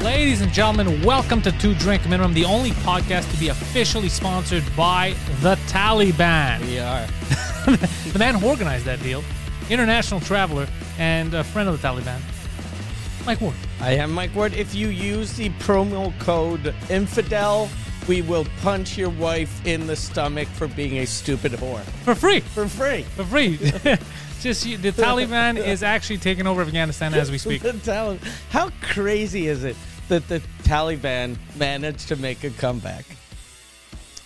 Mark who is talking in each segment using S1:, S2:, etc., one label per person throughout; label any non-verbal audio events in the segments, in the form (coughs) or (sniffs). S1: Ladies and gentlemen, welcome to Two Drink Minimum, the only podcast to be officially sponsored by the Taliban.
S2: We are.
S1: The man who organized that deal, international traveler and a friend of the Taliban, Mike Ward.
S2: I am Mike Ward. If you use the promo code infidel, we will punch your wife in the stomach for being a stupid whore
S1: For free.
S2: for free.
S1: For free. (laughs) Just you- the Taliban is actually taking over Afghanistan as we
S2: (laughs)
S1: speak.
S2: The Tali- How crazy is it that the Taliban managed to make a comeback?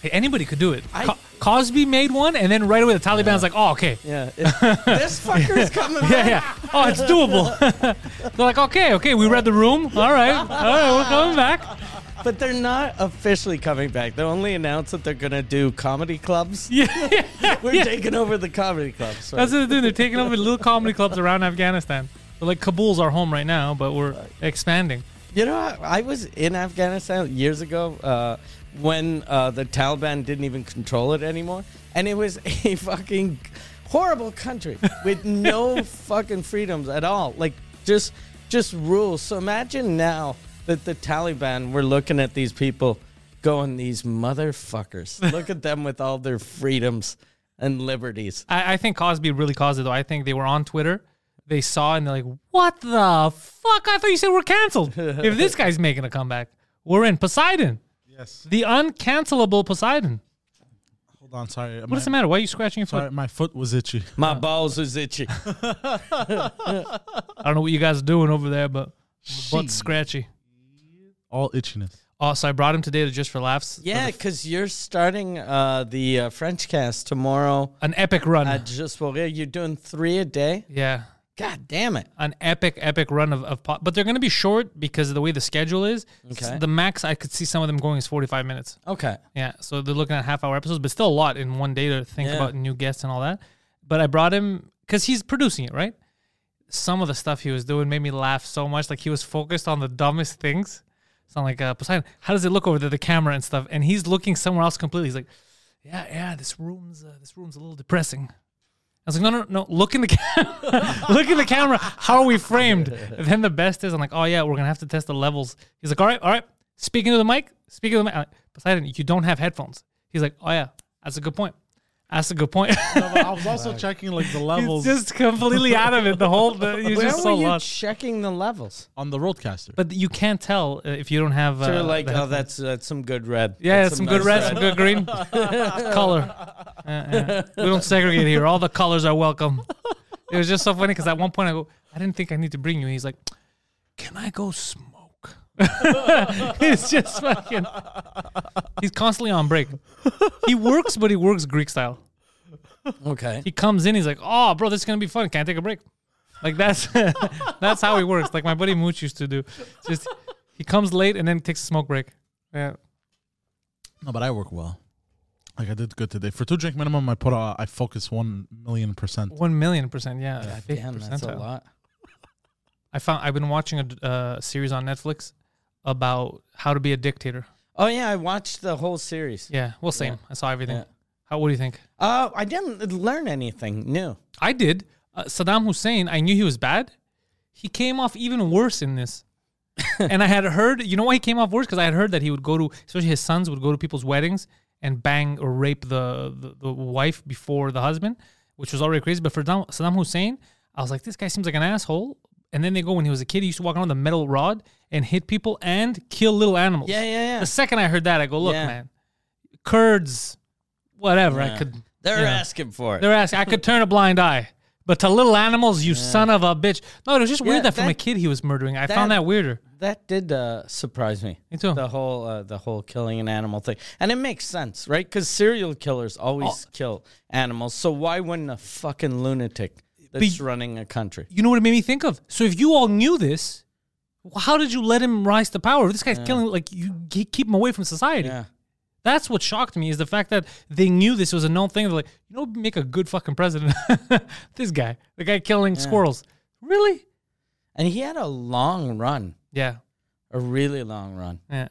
S1: Hey, anybody could do it.
S2: I-
S1: Co- Cosby made one, and then right away the Taliban's like, "Oh, okay, (laughs)
S2: Yeah, (laughs) it- this fucker's coming.
S1: yeah, yeah. Oh, it's doable." (laughs) They're like, "Okay, okay, we read the room. All right, all right, we're coming back." (laughs)
S2: yeah. But they're not officially coming back. They only announced that they're gonna do comedy clubs.
S1: Yeah.
S2: We're
S1: yeah.
S2: taking over the comedy clubs. So
S1: That's what they're doing. They're taking over little comedy clubs around Afghanistan. But like Kabul's our home right now, but we're expanding.
S2: You know, I, I was in Afghanistan years ago uh, when uh, the Taliban didn't even control it anymore, and it was (laughs) a fucking horrible country with no fucking freedoms at all. Like just just rules. So imagine now that the Taliban were looking at these people, going, "These motherfuckers! Look at them with all their freedoms and liberties."
S1: I, I think Cosby really caused it though. I think they were on Twitter. They saw it and they're like, "What the fuck? I thought you said we're canceled. if this guy's making a comeback, we're in Poseidon,
S3: Yes.
S1: the uncancelable Poseidon."
S3: Hold on. Sorry.
S1: What
S3: My,
S1: does it matter? Why are you scratching your foot?
S3: sorry, my foot was itchy. (laughs)
S2: My balls was itchy.
S1: I don't know what you guys are doing over there, but my butt's scratchy.
S3: All itchiness.
S1: Oh, so I brought him today to just for laughs. for
S2: Yeah,
S1: the-
S2: because you're starting uh, the uh, French cast tomorrow.
S1: an epic run.
S2: I just well, yeah, you're doing three a day.
S1: yeah.
S2: God damn it!
S1: an epic, epic run of, of po- but they're going to be short because of the way the schedule is. S-
S2: Okay.
S1: The max I could see some of them going is 45 minutes.
S2: Okay,
S1: Yeah. So they're looking at half hour episodes, but still a lot in one day to think
S2: Yeah.
S1: about new guests and all that. But I brought him because he's producing it, right? Some of the stuff he was doing made me laugh so much. Like he was focused on the dumbest things. So I'm like, uh, Poseidon, how does it look over there, the camera and stuff? And he's looking somewhere else completely. He's like, yeah, yeah, this room's uh, this room's a little depressing. I was like, no, no, no, look in the camera. look in the camera. How are we framed? And then the best is, I'm like, oh yeah, we're gonna have to test the levels. He's like, all right, all right. Speaking to the mic, speaking to the mic. I'm like, Poseidon, you don't have headphones. He's like, oh yeah, that's a good point. That's a good point. (laughs)
S3: I was also checking like the
S1: He's
S3: levels
S1: just completely out of it. The whole, the, he's
S2: where
S1: just
S2: were
S1: so
S2: you
S1: lost.
S2: checking the levels?
S3: on the roadcaster.
S1: but you can't tell uh, if you don't have. Uh,
S2: So you're like,
S1: the
S2: oh,
S1: headphones.
S2: that's that's some good red.
S1: Yeah,
S2: That's
S1: some, good
S2: nice
S1: red, some good green color. Uh, uh, We don't segregate here. All the colors are welcome. It was just so funny because at one point I go, I didn't think I need to bring you. And he's like, Can I go smoke? (laughs) it's just fucking. He's constantly on break. He works, but he works Greek style.
S2: Okay,
S1: He comes in, he's like, Oh, bro, this is gonna be fun. Can I take a break? Like that's (laughs) that's how he works. Like my buddy Mooch used to do. Just he comes late and then takes a smoke break. Yeah.
S3: no, but I work well. Like I did good today. For two drink minimum, I put uh, I focus one million percent.
S1: One million percent, yeah. I think
S2: damn, that's a
S1: percentile.
S2: lot.
S1: I found I've been watching a d- uh, series on Netflix about how to be a dictator.
S2: Oh yeah, I watched the whole series.
S1: Yeah, well, same. I saw everything.
S2: Yeah.
S1: How? What do you think?
S2: Uh, I didn't learn anything new.
S1: I did. Uh, Saddam Hussein. I knew he was bad. He came off even worse in
S2: (laughs)
S1: this. and I had heard, you know why he came off worse? Because I had heard that he would go to, especially his sons would go to people's weddings and bang or rape the, the, the wife before the husband, which was already crazy. But for Saddam Saddam Hussein, I was like, this guy seems like an asshole. And then they go, when he was a kid, he used to walk around with a metal rod and hit people and kill little animals.
S2: Yeah, yeah, yeah.
S1: The second I heard that, I go, look,
S2: Yeah.
S1: man, Kurds, whatever. I
S2: Yeah.
S1: could.
S2: They're
S1: you know.
S2: asking for it.
S1: They're asking. I could turn a blind eye, But to little animals, you son of a bitch. No, it was just
S2: Yeah,
S1: weird that from a
S2: that-
S1: kid he was murdering. I found
S2: that-
S1: that weirder.
S2: That did uh, surprise me.
S1: Me too.
S2: The whole uh, the whole killing an animal thing, and it makes sense, right? Because serial killers always
S1: Oh.
S2: kill animals, so why wouldn't a fucking lunatic that's
S1: Be-
S2: running a country?
S1: You know what it made me think of? So if you all knew this, how did you let him rise to power? This guy's killing, like, you ke- keep him away from society.
S2: Yeah,
S1: That's what shocked me is the fact that they knew this was a known thing. They're like, you know, who'd make a good fucking president. (laughs) this guy, the guy killing squirrels. Really?
S2: and he had a long run,
S1: Yeah.
S2: a really long run.
S1: Yeah.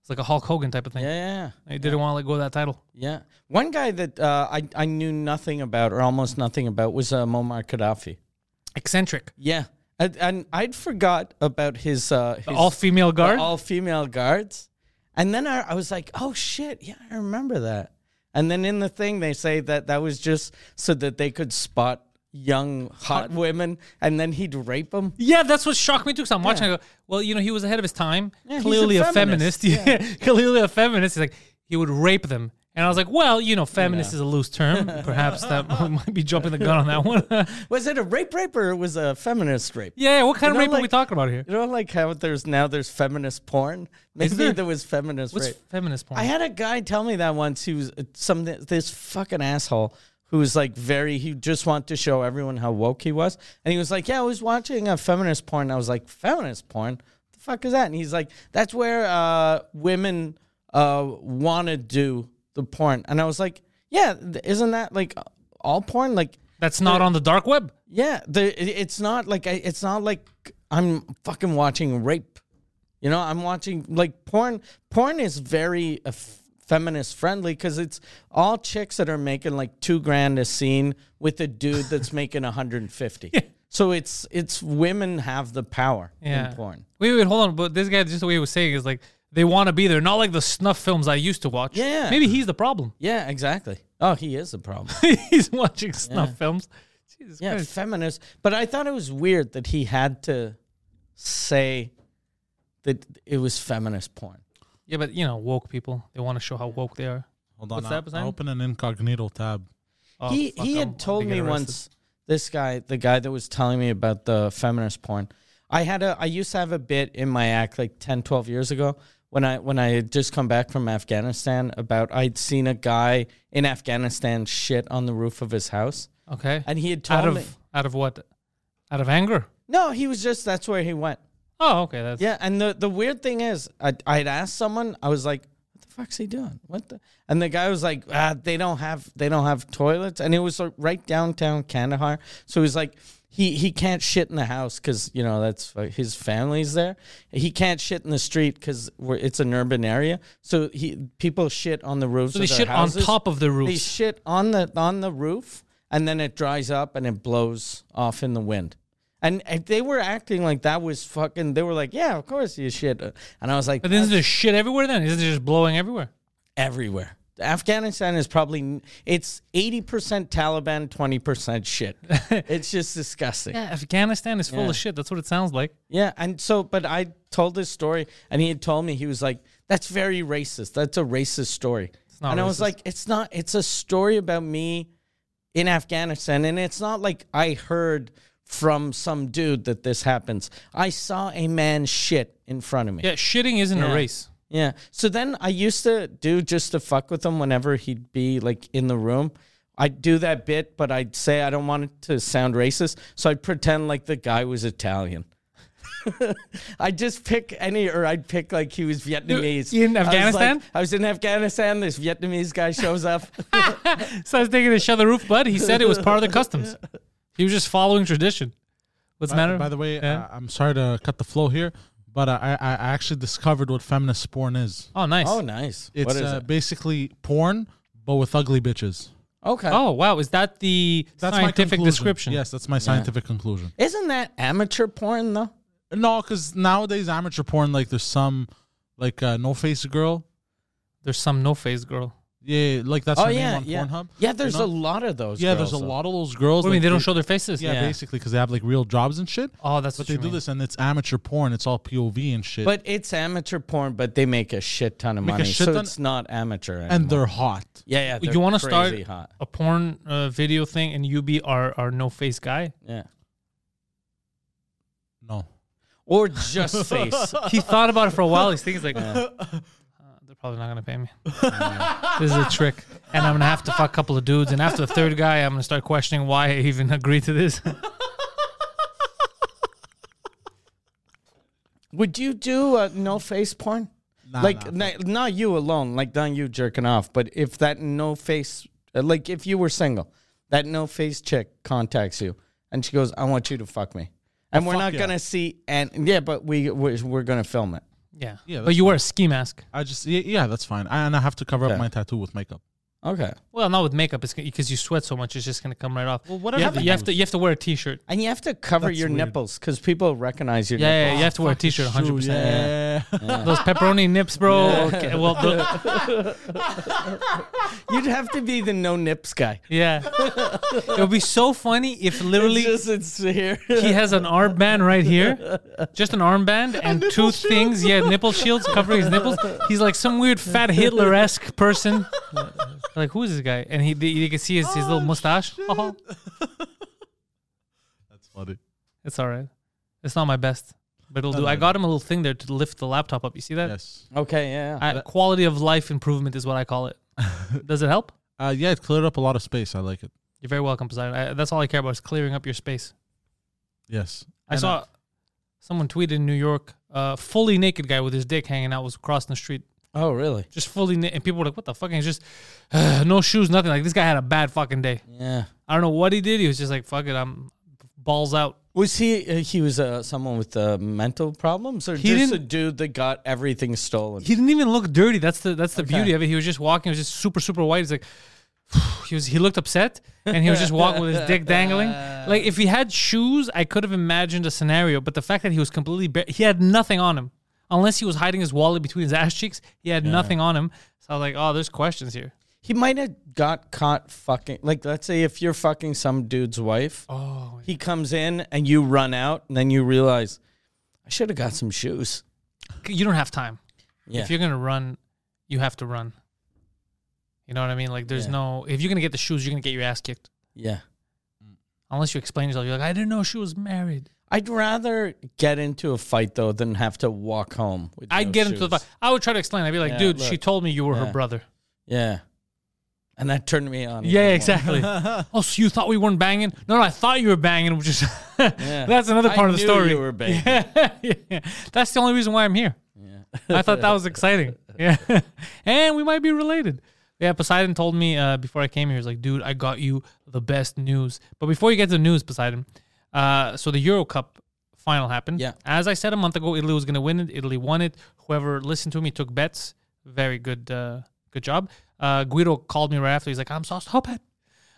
S1: It's like a Hulk Hogan type of thing.
S2: Yeah, yeah,
S1: They didn't want to let go of that title.
S2: yeah. One guy that uh, I I knew nothing about or almost nothing about was uh, Muammar Gaddafi.
S1: Eccentric.
S2: Yeah, and, and I'd forgot about his, uh, his
S1: All female guard.
S2: all female guards. And then I, I was like, oh shit, yeah, I remember that. And then in the thing, they say that that was just so that they could spot young hot women and then he'd rape them.
S1: yeah, that's what shocked me too. Because I'm watching. I go, well, you know, he was ahead of his time.
S2: he's a
S1: clearly a feminist.
S2: feminist.
S1: Yeah. (laughs) clearly a feminist. He's like, he would rape them. And I was like, well, you know, feminist is a loose
S2: (laughs)
S1: term. Perhaps that (laughs) we might be jumping the gun on that one. (laughs) yeah,
S2: Was it a rape rape or it was a feminist rape?
S1: yeah, what kind of
S2: know,
S1: rape are we
S2: like-
S1: talking about here?
S2: You know, like how there's now there's feminist porn? Maybe
S1: there?
S2: there? was feminist
S1: What's
S2: rape.
S1: feminist porn?
S2: I had a guy tell me that once. He was uh, some this fucking asshole who was like very. He just wanted to show everyone how woke he was, and he was like, "Yeah, I was watching a feminist porn." I was like, "Feminist porn? The fuck is that?" And he's like, "That's where uh, women uh, want to do the porn." And I was like, "Yeah, th- isn't that like all porn? Like,
S1: That's not on the dark web.
S2: yeah, the, it- it's not like I, it's not like I'm fucking watching rape." You know, I'm watching like porn. Porn is very uh, f- feminist friendly because it's all chicks that are making like two grand a scene with a dude that's making 150. So it's it's women have the power
S1: Yeah.
S2: in porn.
S1: Wait, wait, hold on. But this guy, just the way he was saying, is like they want to be there, not like the snuff films I used to watch.
S2: Yeah.
S1: maybe he's the problem. (laughs)
S2: Yeah, exactly. Oh, he is the problem.
S1: he's watching snuff films. Jesus
S2: Yeah,
S1: Christ.
S2: feminist. But I thought it was weird that he had to say that it was feminist porn.
S1: Yeah, but you know, woke people they want to show how woke they are.
S3: Hold on.
S1: What's
S3: I,
S1: that, Poseidon?
S3: I open an incognito tab.
S1: Oh,
S2: he
S1: fuck,
S2: he
S1: I'm
S2: had
S1: about to
S2: told
S1: get
S2: me
S1: arrested.
S2: once this guy the guy that was telling me about the feminist porn i had a i used to have a bit in my act like 10 12 years ago when i when i had just come back from afghanistan about i'd seen a guy in afghanistan shit on the roof of his house
S1: Okay,
S2: and he had told
S1: out of
S2: me
S1: out of what? Out of anger.
S2: no he was just that's where he went
S1: Oh, okay. That's
S2: yeah, and the the weird thing is, I, I'd asked someone, I was like, "What the fuck's he doing?" What the? And the guy was like, ah, "They don't have they don't have toilets," and it was like right downtown Kandahar, so he's like. He, he can't shit in the house because you know that's uh, his family's there. He can't shit in the street because it's an urban area, so he people shit on the roofs.
S1: So they
S2: of their
S1: shit on
S2: houses.
S1: top of the
S2: They
S1: roofs.
S2: shit on the on the roof, and then it dries up and it blows off in the wind. And if they were acting like that was fucking. They were like, "Yeah, of course you shit," and I was like,
S1: But then is there shit everywhere? Then isn't it just blowing everywhere?
S2: everywhere." Afghanistan is probably it's eighty percent Taliban, twenty
S1: (laughs)
S2: percent shit. it's just disgusting.
S1: Yeah, Afghanistan is full of shit. That's what it sounds like.
S2: Yeah, and so, but I told this story, and he had told me he was like, "That's very racist. That's a racist story."
S1: not
S2: and I was
S1: racist.
S2: like, "It's not. It's a story about me in Afghanistan, and it's not like I heard from some dude that this happens. I saw a man shit in front of me."
S1: Yeah, shitting isn't a
S2: Yeah.
S1: race.
S2: Yeah. So then I used to do just to fuck with him whenever he'd be like in the room. I'd do that bit, but I'd say I don't want it to sound racist. So I'd pretend like the guy was Italian. (laughs) I'd just pick any, or I'd pick like he was Vietnamese.
S1: in
S2: I was like- I
S1: Afghanistan?
S2: was, in Afghanistan. This Vietnamese guy shows
S3: (laughs)
S2: up.
S1: So I was taking a shut the roof, but he said it was part of the customs. He was just following tradition. What's the
S3: By-
S1: matter?
S3: By the way,
S1: Yeah.
S3: I, I'm sorry to cut the flow here, but uh, I I actually discovered what feminist porn is.
S1: oh, nice.
S2: oh,
S1: Oh,
S2: nice.
S3: It's
S2: what is
S3: uh,
S2: it?
S3: basically porn, but with ugly bitches.
S2: Okay.
S3: oh.
S1: Oh, wow. Is that the
S3: That's my
S1: scientific
S3: conclusion.
S1: description?
S3: Yes, that's my scientific conclusion.
S2: Isn't that amateur porn though?
S3: No, because nowadays amateur porn, like there's some, like uh, no face girl.
S1: There's some no face girl.
S3: Yeah, like that's
S2: oh
S3: her
S2: yeah,
S3: name on
S2: yeah.
S3: Pornhub.
S2: Yeah, there's
S3: You know?
S2: a lot of those.
S3: Yeah, there's a
S2: girls, though.
S3: lot of those girls.
S1: What do you mean
S3: like,
S1: they don't show their faces?
S3: Yeah,
S2: Yeah.
S3: basically because they have like real jobs and shit.
S1: Oh, that's
S3: But
S1: what
S3: they
S1: you
S3: do
S1: mean.
S3: this, and it's amateur porn. It's all POV and shit.
S2: But it's amateur porn, but they make a shit ton of
S3: Make a
S2: money,
S3: shit
S2: so
S3: ton-
S2: it's not amateur. Anymore.
S3: and they're hot.
S2: yeah, yeah. They're
S1: you want to
S2: crazy
S1: start
S2: hot.
S1: a porn uh, video thing and you be our, our no face guy?
S2: Yeah,
S3: No,
S2: or
S3: (laughs)
S2: just face.
S1: He thought about it for a while. He's thinking like, "Uh, they're probably not gonna pay me. (laughs) this is a trick, and I'm gonna have to fuck a couple of dudes. And after the third guy, I'm gonna start questioning why I even (laughs) agreed to this.
S2: Would you do uh, no face porn?
S3: Nah,
S2: like
S3: nah,
S2: na- not you alone, like not you jerking off, but if that no face, uh, like if you were single, that no face chick contacts you and she goes, "I want you to fuck me," and we're
S3: fuck
S2: not
S3: yeah.
S2: gonna see, and yeah, but we we're, we're gonna film it.
S1: Yeah,
S3: Yeah,
S1: But
S3: that's
S1: you wear a ski mask.
S3: I just yeah, yeah that's fine. I, and I have to cover
S2: Okay.
S3: up my tattoo with makeup.
S2: Okay,
S1: Well, not with makeup. It's because you sweat so much, it's just gonna come right off. Well,
S3: whatever
S1: You have,
S3: they
S1: you have
S3: use.
S1: to you have to wear a t-shirt.
S2: and you have to cover
S3: That's
S2: your
S3: weird.
S2: nipples because people recognize your
S1: Yeah, yeah,
S2: nipples.
S1: you have to wear a t-shirt. 100. percent
S3: Yeah.
S1: Those pepperoni nips, bro. Okay, well, the,
S2: You'd have to be the no nips guy.
S1: yeah. It would be so funny if literally
S2: It's just it's here.
S1: he has an armband right here, just an armband and two things. Yeah, nipple shields covering his nipples. He's like some weird fat Hitler esque person. Like who is this guy? And he, you can see his, his little mustache. Oh,
S3: that's funny.
S1: it's all right. It's not my best, but it'll do. I got him a little thing there to lift the laptop up. You see that?
S3: Yes.
S2: Okay, yeah. yeah.
S1: I, quality of life improvement is what I (laughs) call it. Does it help?
S3: Uh, yeah, it cleared up a lot of space. I like it.
S1: You're very welcome, Poseidon. I, that's all I care about is clearing up your space.
S3: Yes.
S1: I saw someone tweeted in New York, uh, fully naked guy with his dick hanging out was crossing the street.
S2: oh, really?
S1: just fully na- and people were like what the fuck and he's just (sighs) no shoes nothing like this guy had a bad fucking day
S2: Yeah.
S1: i don't know what he did he was just like fuck it i'm balls out
S2: Was he? Uh, he was uh, someone with uh, mental problems, or
S1: He
S2: just a
S1: didn't-
S2: dude that got everything stolen?
S1: he didn't even look dirty that's the that's the
S2: Okay.
S1: beauty of it he was just walking he was just super super white he's like (sighs) he was he looked upset and he was just walking with his dick dangling like if he had shoes i could have imagined a scenario but the fact that he was completely bare he had nothing on him unless he was hiding his wallet between his ass cheeks he had nothing on him so i was like oh there's questions here
S2: He might have got caught fucking. Like, let's say if you're fucking some dude's wife,
S1: oh
S2: he comes in and you run out, and then you realize, I should have got some shoes.
S1: you don't have time
S2: Yeah.
S1: if you're gonna run, you have to run. You know what I mean? Like, there's
S2: Yeah.
S1: no if you're gonna get the shoes, you're gonna get your ass kicked.
S2: yeah.
S1: Unless you explain yourself, you're like, I didn't know she was married.
S2: I'd rather get into a fight though than have to walk home. With
S1: I'd
S2: no
S1: get into the.
S2: shoes.
S1: fi- I would try to explain. I'd be like,
S2: Yeah,
S1: dude, she
S2: look.
S1: told me you were
S2: Yeah.
S1: her brother.
S2: Yeah. And that turned me on.
S1: Yeah,
S2: even more. (laughs)
S1: exactly. oh, so you thought we weren't banging? No, no, I thought you were banging, which is (laughs) that's another
S2: I
S1: part of the
S2: knew
S1: story.
S2: you were banging.
S1: (laughs) yeah. That's the only reason why I'm here. I thought that was exciting. Yeah. (laughs) and we might be related. Yeah, Poseidon told me uh, before I came here, he's like, dude, I got you the best news. But before you get to the news, Poseidon, uh, so the Euro Cup final happened.
S2: Yeah.
S1: As I said a month ago, Italy was going to win it. Italy won it. Whoever listened to me took bets. Very good uh, good job. Uh, Guido called me right after. He's like, I'm sauced up.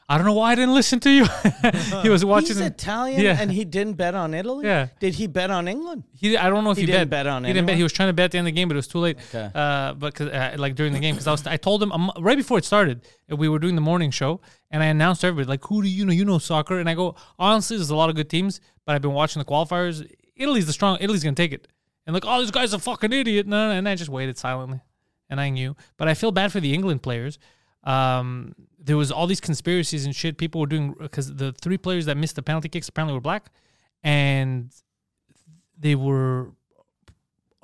S1: I don't know why I didn't listen to you. (laughs) he was watching.
S2: He's Italian
S1: Yeah.
S2: and he didn't bet on Italy.
S1: Yeah.
S2: Did he bet on England?
S1: He, I don't know if
S2: He
S1: he,
S2: didn't bet on
S1: He didn't bet.
S2: anyone?
S1: He was trying to bet at the end of the game, but it was too late.
S2: Okay.
S1: Uh, but 'cause, uh, like during the game, because I was, I told him um, right before it started, uh, we were doing the morning show, and I announced to everybody like, who do you know? You know soccer, and I go honestly, there's a lot of good teams, but I've been watching the qualifiers. Italy's the strong. Italy's gonna take it. And like, oh, this guy's a fucking idiot. No, no, and I just waited silently, and I knew. But I feel bad for the England players. Um, there was all these conspiracies and shit. People were doing because the three players that missed the penalty kicks apparently were black, and they were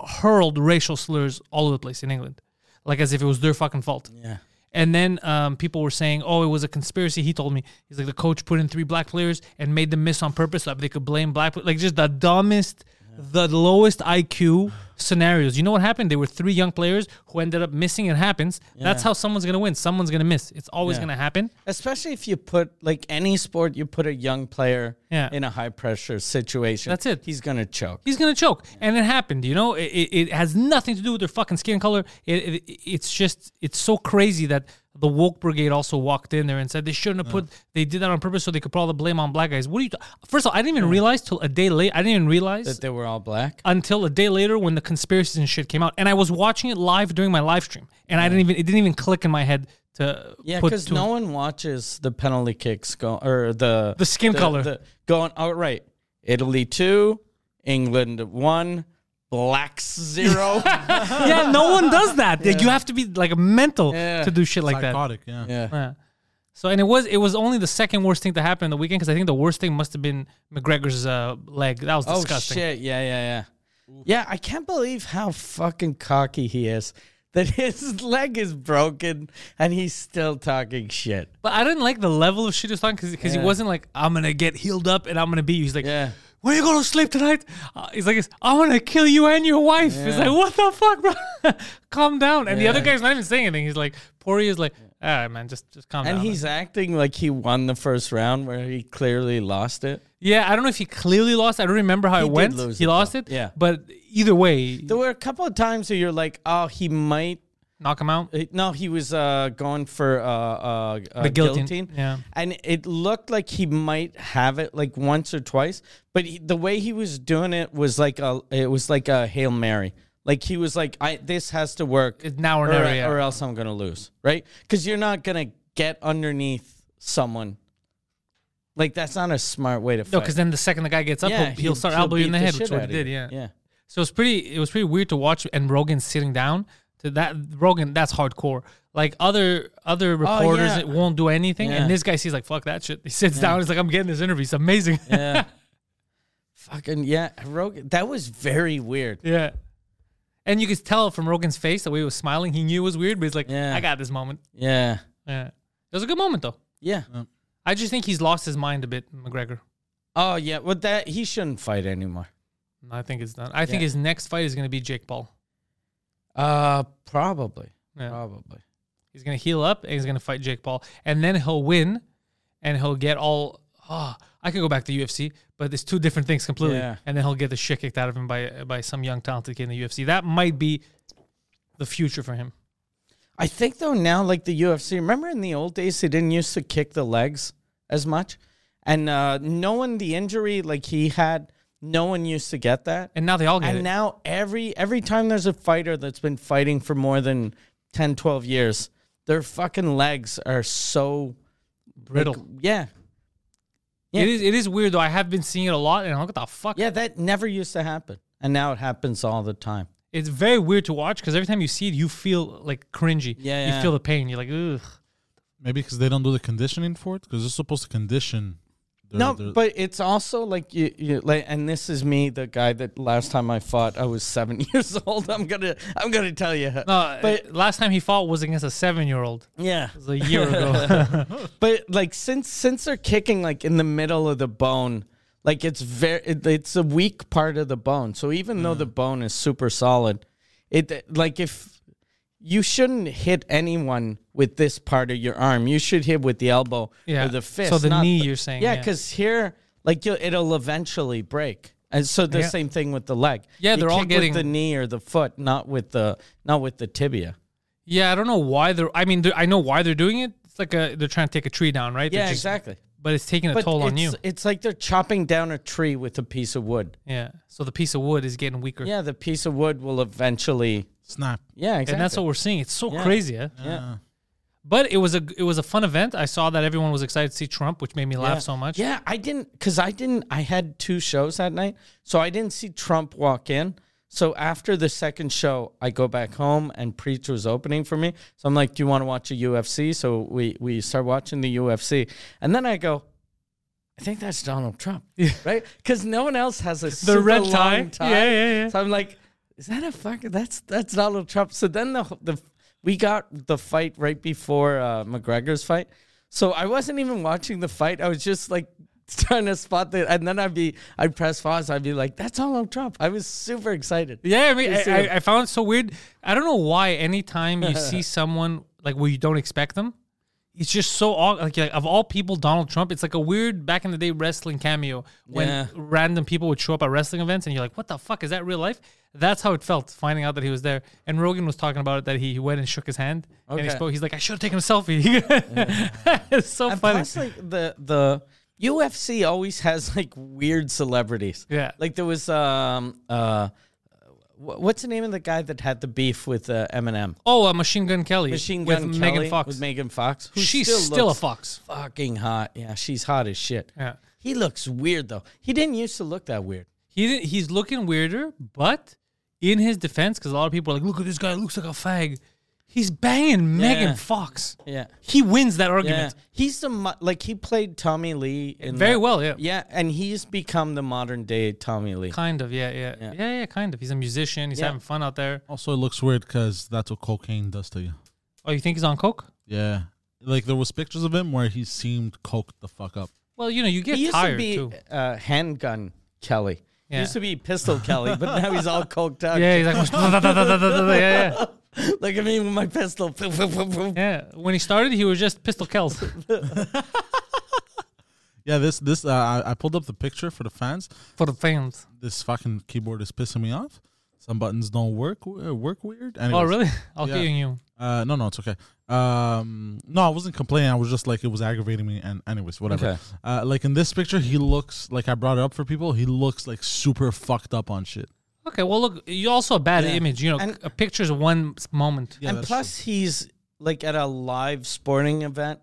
S1: hurled racial slurs all over the place in England, like as if it was their fucking fault.
S2: Yeah.
S1: And then um, people were saying, "Oh, it was a conspiracy." He told me he's like the coach put in three black players and made them miss on purpose so that they could blame black. pla- Like just the dumbest, the lowest IQ scenarios. You know what happened? They were three young players who ended up missing. It happens. That's how someone's gonna win. Someone's gonna miss. It's always
S2: Yeah.
S1: gonna happen.
S2: Especially if you put like any sport, you put a young player
S1: Yeah.
S2: in a high pressure situation.
S1: That's it.
S2: He's gonna choke.
S1: He's gonna choke, and it happened. You know, it, it, it has nothing to do with their fucking skin color. It, it it's just it's so crazy that the woke brigade also walked in there and said they shouldn't have put. They did that on purpose so they could put all the blame on black guys. What are you? ta- First of all, I didn't even realize till a day late. I didn't even realize
S2: That they were all black.
S1: until a day later when the conspiracies and shit came out, and I was watching it live during my live stream, and I didn't even it didn't even click in my head to to
S2: Yeah,
S1: put
S2: because
S1: two-
S2: no one watches the penalty kicks go or the
S1: The skin color.
S2: going. Oh, right. Italy two, England one, blacks zero.
S1: yeah,
S2: (laughs)
S1: no one does that. Like, You have to be like mental
S2: Yeah.
S1: to do shit like that.
S3: Psychotic, yeah.
S2: (laughs) yeah,
S1: Yeah. So and it was it was only the second worst thing to happen in the weekend because I think the worst thing must have been McGregor's uh, leg. That was
S2: Oh
S1: disgusting.
S2: shit! Yeah, yeah, yeah. Yeah, I can't believe how fucking cocky he is. (laughs) That his leg is broken and he's still talking shit.
S1: But I didn't like the level of shit he was talking because he
S2: Yeah.
S1: wasn't like I'm gonna get healed up and I'm gonna beat you. He's like,
S2: Yeah.
S1: Where you gonna sleep tonight? Uh, he's like, I'm gonna kill you and your wife. He's like, What the fuck, bro? (laughs) calm down. And the other guy's not even saying anything. He's like, Pori is like, All right, man, just just calm
S2: And
S1: down.
S2: he's acting like he won the first round where he clearly lost it.
S1: yeah, I don't know if he clearly lost. I don't remember how it
S2: He did
S1: went.
S2: lose
S1: he
S2: it,
S1: lost
S2: though.
S1: it.
S2: Yeah.
S1: but either way,
S2: There were a couple of times where you're like, oh, he might
S1: knock him out.
S2: Uh, No, he was uh, going for uh, uh, uh,
S1: The guillotine,
S2: guillotine.
S1: yeah.
S2: and it looked like he might have it like once or twice, but he, the way he was doing it was like a it was like a hail mary. Like he was like, I this has to work
S1: It's now or never, yeah.
S2: or else I'm gonna lose, right? Because you're not gonna get underneath someone. Like that's not a smart way to fight.
S1: No, because then the second the guy gets up, he'll, he'll start elbowing you in the,
S2: beat
S1: head,
S2: shit
S1: which is what he
S2: out of you.
S1: did. Yeah.
S2: yeah.
S1: So it's pretty. It was pretty weird to watch, and Rogan sitting down. To that Rogan, that's hardcore. Like other other reporters,
S2: Oh, yeah.
S1: it won't do anything,
S2: Yeah.
S1: and this guy sees like fuck that shit. He sits down. He's like, I'm getting this interview. It's amazing. Yeah. (laughs)
S2: Yeah. Fucking yeah, Rogan. That was very weird.
S1: And you could tell from Rogan's face the way he was smiling. He knew it was weird, but he's like,
S2: Yeah.
S1: I got this moment.
S2: Yeah.
S1: Yeah. It was a good moment though.
S2: Yeah.
S1: I just think he's lost his mind a bit, McGregor.
S2: Oh yeah, well that he shouldn't fight anymore.
S1: I think it's done. I think
S2: Yeah.
S1: his next fight is gonna be Jake Paul.
S2: Uh, probably,
S1: Yeah.
S2: probably.
S1: He's gonna heal up and he's gonna fight Jake Paul, and then he'll win, and he'll get all. Ah, I could go back to UFC, but it's two different things completely.
S2: Yeah.
S1: And then he'll get the shit kicked out of him by by some young talented kid in the UFC. That might be the future for him.
S2: I think though now, like the UFC. Remember in the old days, they didn't used to kick the legs as much, and uh, knowing the injury like he had, no one used to get that.
S1: And now they all get it.
S2: And now every every time there's a fighter that's been fighting for more than 10, 12 years, their fucking legs are so like,
S1: Brittle.
S2: yeah, yeah.
S1: It is it is weird though. I have been seeing it a lot, and I'm like, what the fuck?
S2: yeah, that never used to happen, and now it happens all the time.
S1: It's very weird to watch because every time you see it, you feel like cringy.
S2: Yeah,
S1: You
S2: yeah.
S1: feel the pain. You're like, ugh.
S3: Maybe because they don't do the conditioning for it, because they're supposed to condition. Their,
S2: No,
S3: their-
S2: but it's also like you, you like, and this is me, the guy that last time I fought, I was seven (laughs) years old. I'm gonna, I'm gonna tell you.
S1: No,
S2: but
S1: but last time he fought was against a seven year old.
S2: yeah,
S1: It was a
S2: (laughs)
S1: year ago.
S2: but like since since they're kicking like in the middle of the bone, like it's very, it, it's a weak part of the bone. So even though
S1: Mm.
S2: the bone is super solid, it like if you shouldn't hit anyone with this part of your arm, you should hit with the elbow
S1: Yeah.
S2: or the
S1: So
S2: fist.
S1: the
S2: not
S1: knee, you're saying,
S2: yeah,
S1: yeah.
S2: because here, like you'll, it'll eventually break. And so the
S1: Yeah.
S2: same thing with the leg.
S1: Yeah,
S2: You
S1: they're all
S2: kick
S1: getting-
S2: with the knee or the foot, not with the not with the tibia.
S1: Yeah, I don't know why they're. I mean, they're, I know why they're doing it. It's like a they're trying to take a tree down, right? They're
S2: Yeah,
S1: just-
S2: exactly.
S1: But it's taking a
S2: But
S1: toll
S2: it's,
S1: on you.
S2: it's like they're chopping down a tree with a piece of wood.
S1: Yeah. So the piece of wood is getting weaker.
S2: Yeah, the piece of wood will eventually.
S3: snap.
S2: Yeah, exactly.
S1: And that's what we're seeing. It's so
S2: Yeah.
S1: crazy. Yeah?
S3: Yeah.
S1: But it was a it was a fun event. I saw that everyone was excited to see Trump, which made me laugh
S2: Yeah.
S1: so much.
S2: Yeah, I didn't because I didn't. I had two shows that night, so I didn't see Trump walk in. So after the second show, I go back home and Preach was opening for me. So I'm like, "Do you want to watch a UFC?" So we we start watching the UFC, and then I go, "I think that's Donald Trump, right?" Because no one else has a
S1: The
S2: super
S1: red
S2: long
S1: tie. Yeah, yeah, yeah.
S2: So I'm like, "Is that a fucking that's that's Donald Trump?" So then the the we got the fight right before uh, McGregor's fight. So I wasn't even watching the fight. I was just like (laughs) trying to spot the, and then I'd be, I'd press pause. I'd be like, that's Donald Trump. I was super excited.
S1: Yeah, I mean,
S2: You see
S1: I,
S2: him.
S1: I, I found it so weird. I don't know why. Anytime you
S2: (laughs)
S1: see someone like where you don't expect them, it's just so aw- like, like of all people, Donald Trump. It's like a weird back in the day wrestling cameo when
S2: Yeah.
S1: random people would show up at wrestling events, and you're like, "What the fuck is that real life?" That's how it felt finding out that he was there. And Rogan was talking about it that he, he went and shook his hand and he
S2: Okay.
S1: spoke. He's like, "I should have taken a selfie." (laughs) it's so
S2: And
S1: funny.
S2: plus, like the the UFC always has like weird celebrities.
S1: Yeah.
S2: like there was um uh, wh- what's the name of the guy that had the beef with uh, Eminem?
S1: Oh, uh, Machine Gun Kelly.
S2: Machine Gun
S1: with
S2: Kelly
S1: Megan Fox.
S2: with Megan Fox. who
S1: She's still a
S2: looks
S1: fox.
S2: Fucking hot. Yeah, she's hot as shit.
S1: Yeah.
S2: He looks weird though. He didn't used to look that weird.
S1: He didn't- he's looking weirder, but in his defense, because a lot of people are like, "Look at this guy, looks like a fag." He's banging
S2: Yeah.
S1: Megan Fox.
S2: Yeah.
S1: He wins that
S2: Yeah.
S1: argument
S2: He's the mo- like he played Tommy Lee in
S1: very
S2: that-
S1: well. Yeah.
S2: Yeah, and he's become the modern day Tommy Lee.
S1: kind of. Yeah, yeah, yeah, yeah, Kind of. He's a musician. He's
S2: Yeah.
S1: having fun out there.
S3: Also, it looks weird because that's what cocaine does to you.
S1: Oh, you think he's on coke?
S3: Yeah, like there was pictures of him where he seemed coked the fuck up.
S1: Well, you know, you get
S2: he used
S1: tired
S2: to be
S1: too.
S2: Uh, handgun Kelly. He
S1: Yeah.
S2: used to be pistol Kelly, but now
S1: (laughs)
S2: he's all coked out.
S1: Yeah, he's (laughs) like, yeah,
S2: (laughs)
S1: yeah,
S2: Look at me with my pistol. (laughs)
S1: yeah. When he started, he was just pistol kells.
S3: Yeah, this this uh, I- I pulled up the picture for the fans.
S1: for the fans.
S3: This fucking keyboard is pissing me off. Some buttons don't work uh, work weird.
S1: Oh,
S3: Anyways,
S1: really? I'll
S3: Yeah.
S1: kill you.
S3: Uh, no, no, it's okay. Um, no, I wasn't complaining. I was just like it was aggravating me. And anyways, whatever.
S2: Okay.
S3: Uh, like in this picture, he looks like I brought it up for people. He looks like super fucked up on shit.
S1: Okay, well, look, you also a bad image. You know,
S2: And-
S1: a picture's one s- moment.
S3: Yeah,
S2: and
S3: that's
S2: plus, he's like at a live sporting event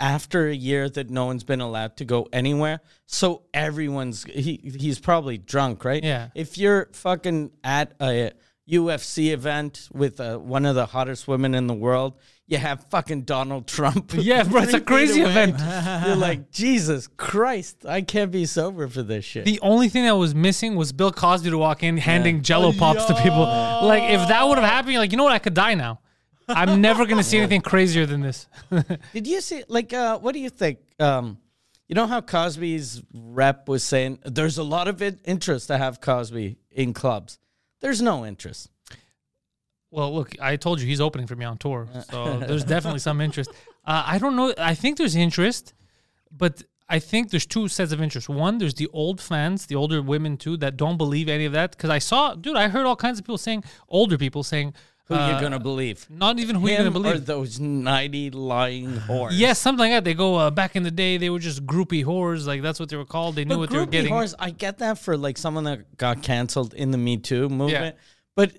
S2: after a year that no one's been allowed to go anywhere. So everyone's he he's probably drunk, right?
S1: Yeah.
S2: If you're fucking at a UFC event with uh, one of the hottest women in the world, you have fucking Donald Trump.
S1: (laughs) Yeah, bro,
S2: (laughs)
S1: it's a
S2: three feet
S1: crazy
S2: away.
S1: event.
S2: you're like Jesus Christ, I can't be sober for this shit.
S1: The only thing that was missing was Bill Cosby to walk in handing Jello pops to people. Like if that would have happened, you're like, you know what? I could die now. I'm never gonna
S2: (laughs)
S1: see anything crazier than this.
S2: Did you see? Like, uh, what do you think? Um, you know how Cosby's rep was saying there's a lot of in- interest to have Cosby in clubs. There's no interest.
S1: well, look, I told you he's opening for me on tour, so there's definitely some
S2: (laughs)
S1: interest. Uh, I don't know. I think there's interest, but I think there's two sets of interest. One, there's the old fans, the older women too, that don't believe any of that. Because I saw, dude, I heard all kinds of people saying, older people saying,
S2: Who
S1: uh,
S2: you're gonna believe?
S1: not even who you're gonna
S2: Him
S1: believe.
S2: or those ninety
S1: (sighs)
S2: lying whores?
S1: Yes, something like that. They go uh, back in the day, they were just groupie whores. Like that's what they were called. They knew
S2: but
S1: what they were
S2: groupie
S1: getting.
S2: whores. I get that for like someone that got canceled in the Me Too movement, but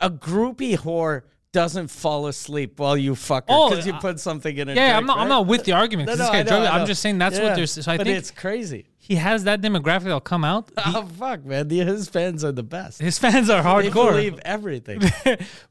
S2: a groupie whore doesn't fall asleep while you fuck her
S1: Oh,
S2: because you
S1: I-
S2: put something in her.
S1: yeah, I'm
S2: dick,
S1: not. I'm
S2: right?
S1: not with the argument.
S2: (laughs) No,
S1: 'cause
S2: no,
S1: this
S2: I
S1: guy
S2: know,
S1: drove it.
S2: I know.
S1: I'm just saying that's
S2: Yeah.
S1: what there's. So I
S2: but
S1: think
S2: it's crazy.
S1: he has that demographic that'll come out. (laughs) The-
S2: Oh fuck, man! The- His fans are the best.
S1: his fans are
S2: They
S1: hardcore.
S2: believe
S1: (laughs)
S2: everything.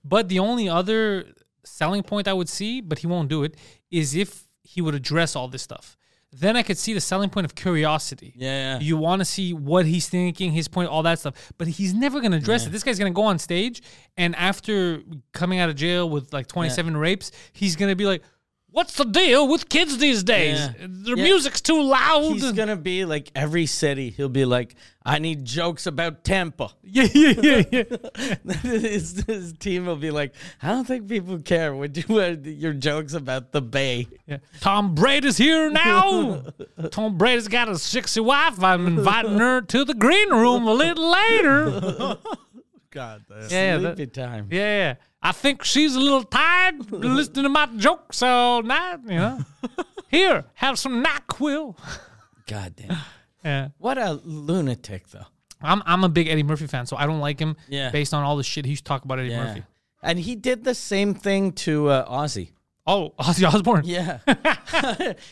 S1: but the only other selling point I would see, but he won't do it, is if he would address all this stuff. Then I could see the selling point of curiosity.
S2: Yeah, yeah.
S1: (laughs) You want to see what he's thinking, his point, all that stuff. But he's never going to address it. This guy's going to go on stage and after coming out of jail with like 27 rapes, he's going to be like, What's the deal with kids these days?
S2: Yeah.
S1: Their
S2: Yeah.
S1: music's too loud.
S2: He's gonna be like every city. He'll be like, "I need jokes
S1: (laughs)
S2: about Tampa."
S1: (laughs)
S2: (laughs)
S1: yeah, yeah, yeah, yeah.
S2: his, his team will be like, "I don't think people care what you what your jokes about the Bay."
S1: Yeah. Tom Brady's here
S2: (laughs)
S1: now. Tom Brady's got a sexy wife. I'm inviting her to the green room a little later.
S3: God damn.
S1: Yeah,
S2: Sleepy
S1: that-
S2: time.
S1: yeah, yeah. I think she's a little
S2: (laughs)
S1: tired listening to my jokes all night. You know, here, have some Nyquil.
S2: God damn.
S1: Yeah,
S2: What a lunatic, though.
S1: I'm I'm a big Eddie Murphy fan, so I don't like him.
S2: Yeah.
S1: based on all the shit he used to talk about Eddie Murphy.
S2: And he did the same thing to uh, Ozzy.
S1: Oh, (laughs) Ozzy Osbourne. (laughs)
S2: Yeah.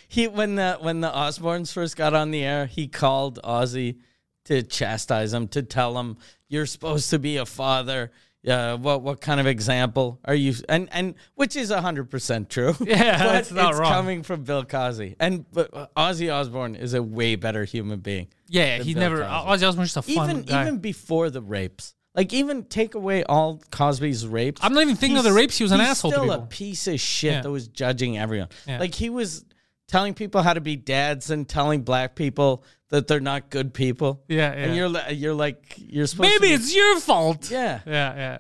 S2: he when the when the Osbournes first got on the air, he called Ozzy to chastise him, to tell him you're supposed to be a father. Uh, what what kind of example are you? And and which is hundred percent true.
S1: (laughs) Yeah,
S2: But
S1: that's not
S2: it's
S1: wrong.
S2: Coming from Bill Cosby, and but uh, Ozzy Osbourne is a way better human being.
S1: yeah, he
S2: Bill
S1: never.
S2: Cosby.
S1: Ozzy Osbourne's just a fun
S2: Even
S1: guy.
S2: even before the rapes, like even take away all Cosby's rapes.
S1: I'm not even thinking of the
S2: he's-
S1: rapes, he was an
S2: he's
S1: asshole to
S2: Still a
S1: people.
S2: piece of shit
S1: Yeah.
S2: that was judging everyone.
S1: Yeah.
S2: Like he was telling people how to be dads and telling black people that they're not good people.
S1: Yeah, yeah.
S2: And you're li- you're like you're supposed.
S1: Maybe
S2: to
S1: it's your fault.
S2: yeah,
S1: yeah, yeah,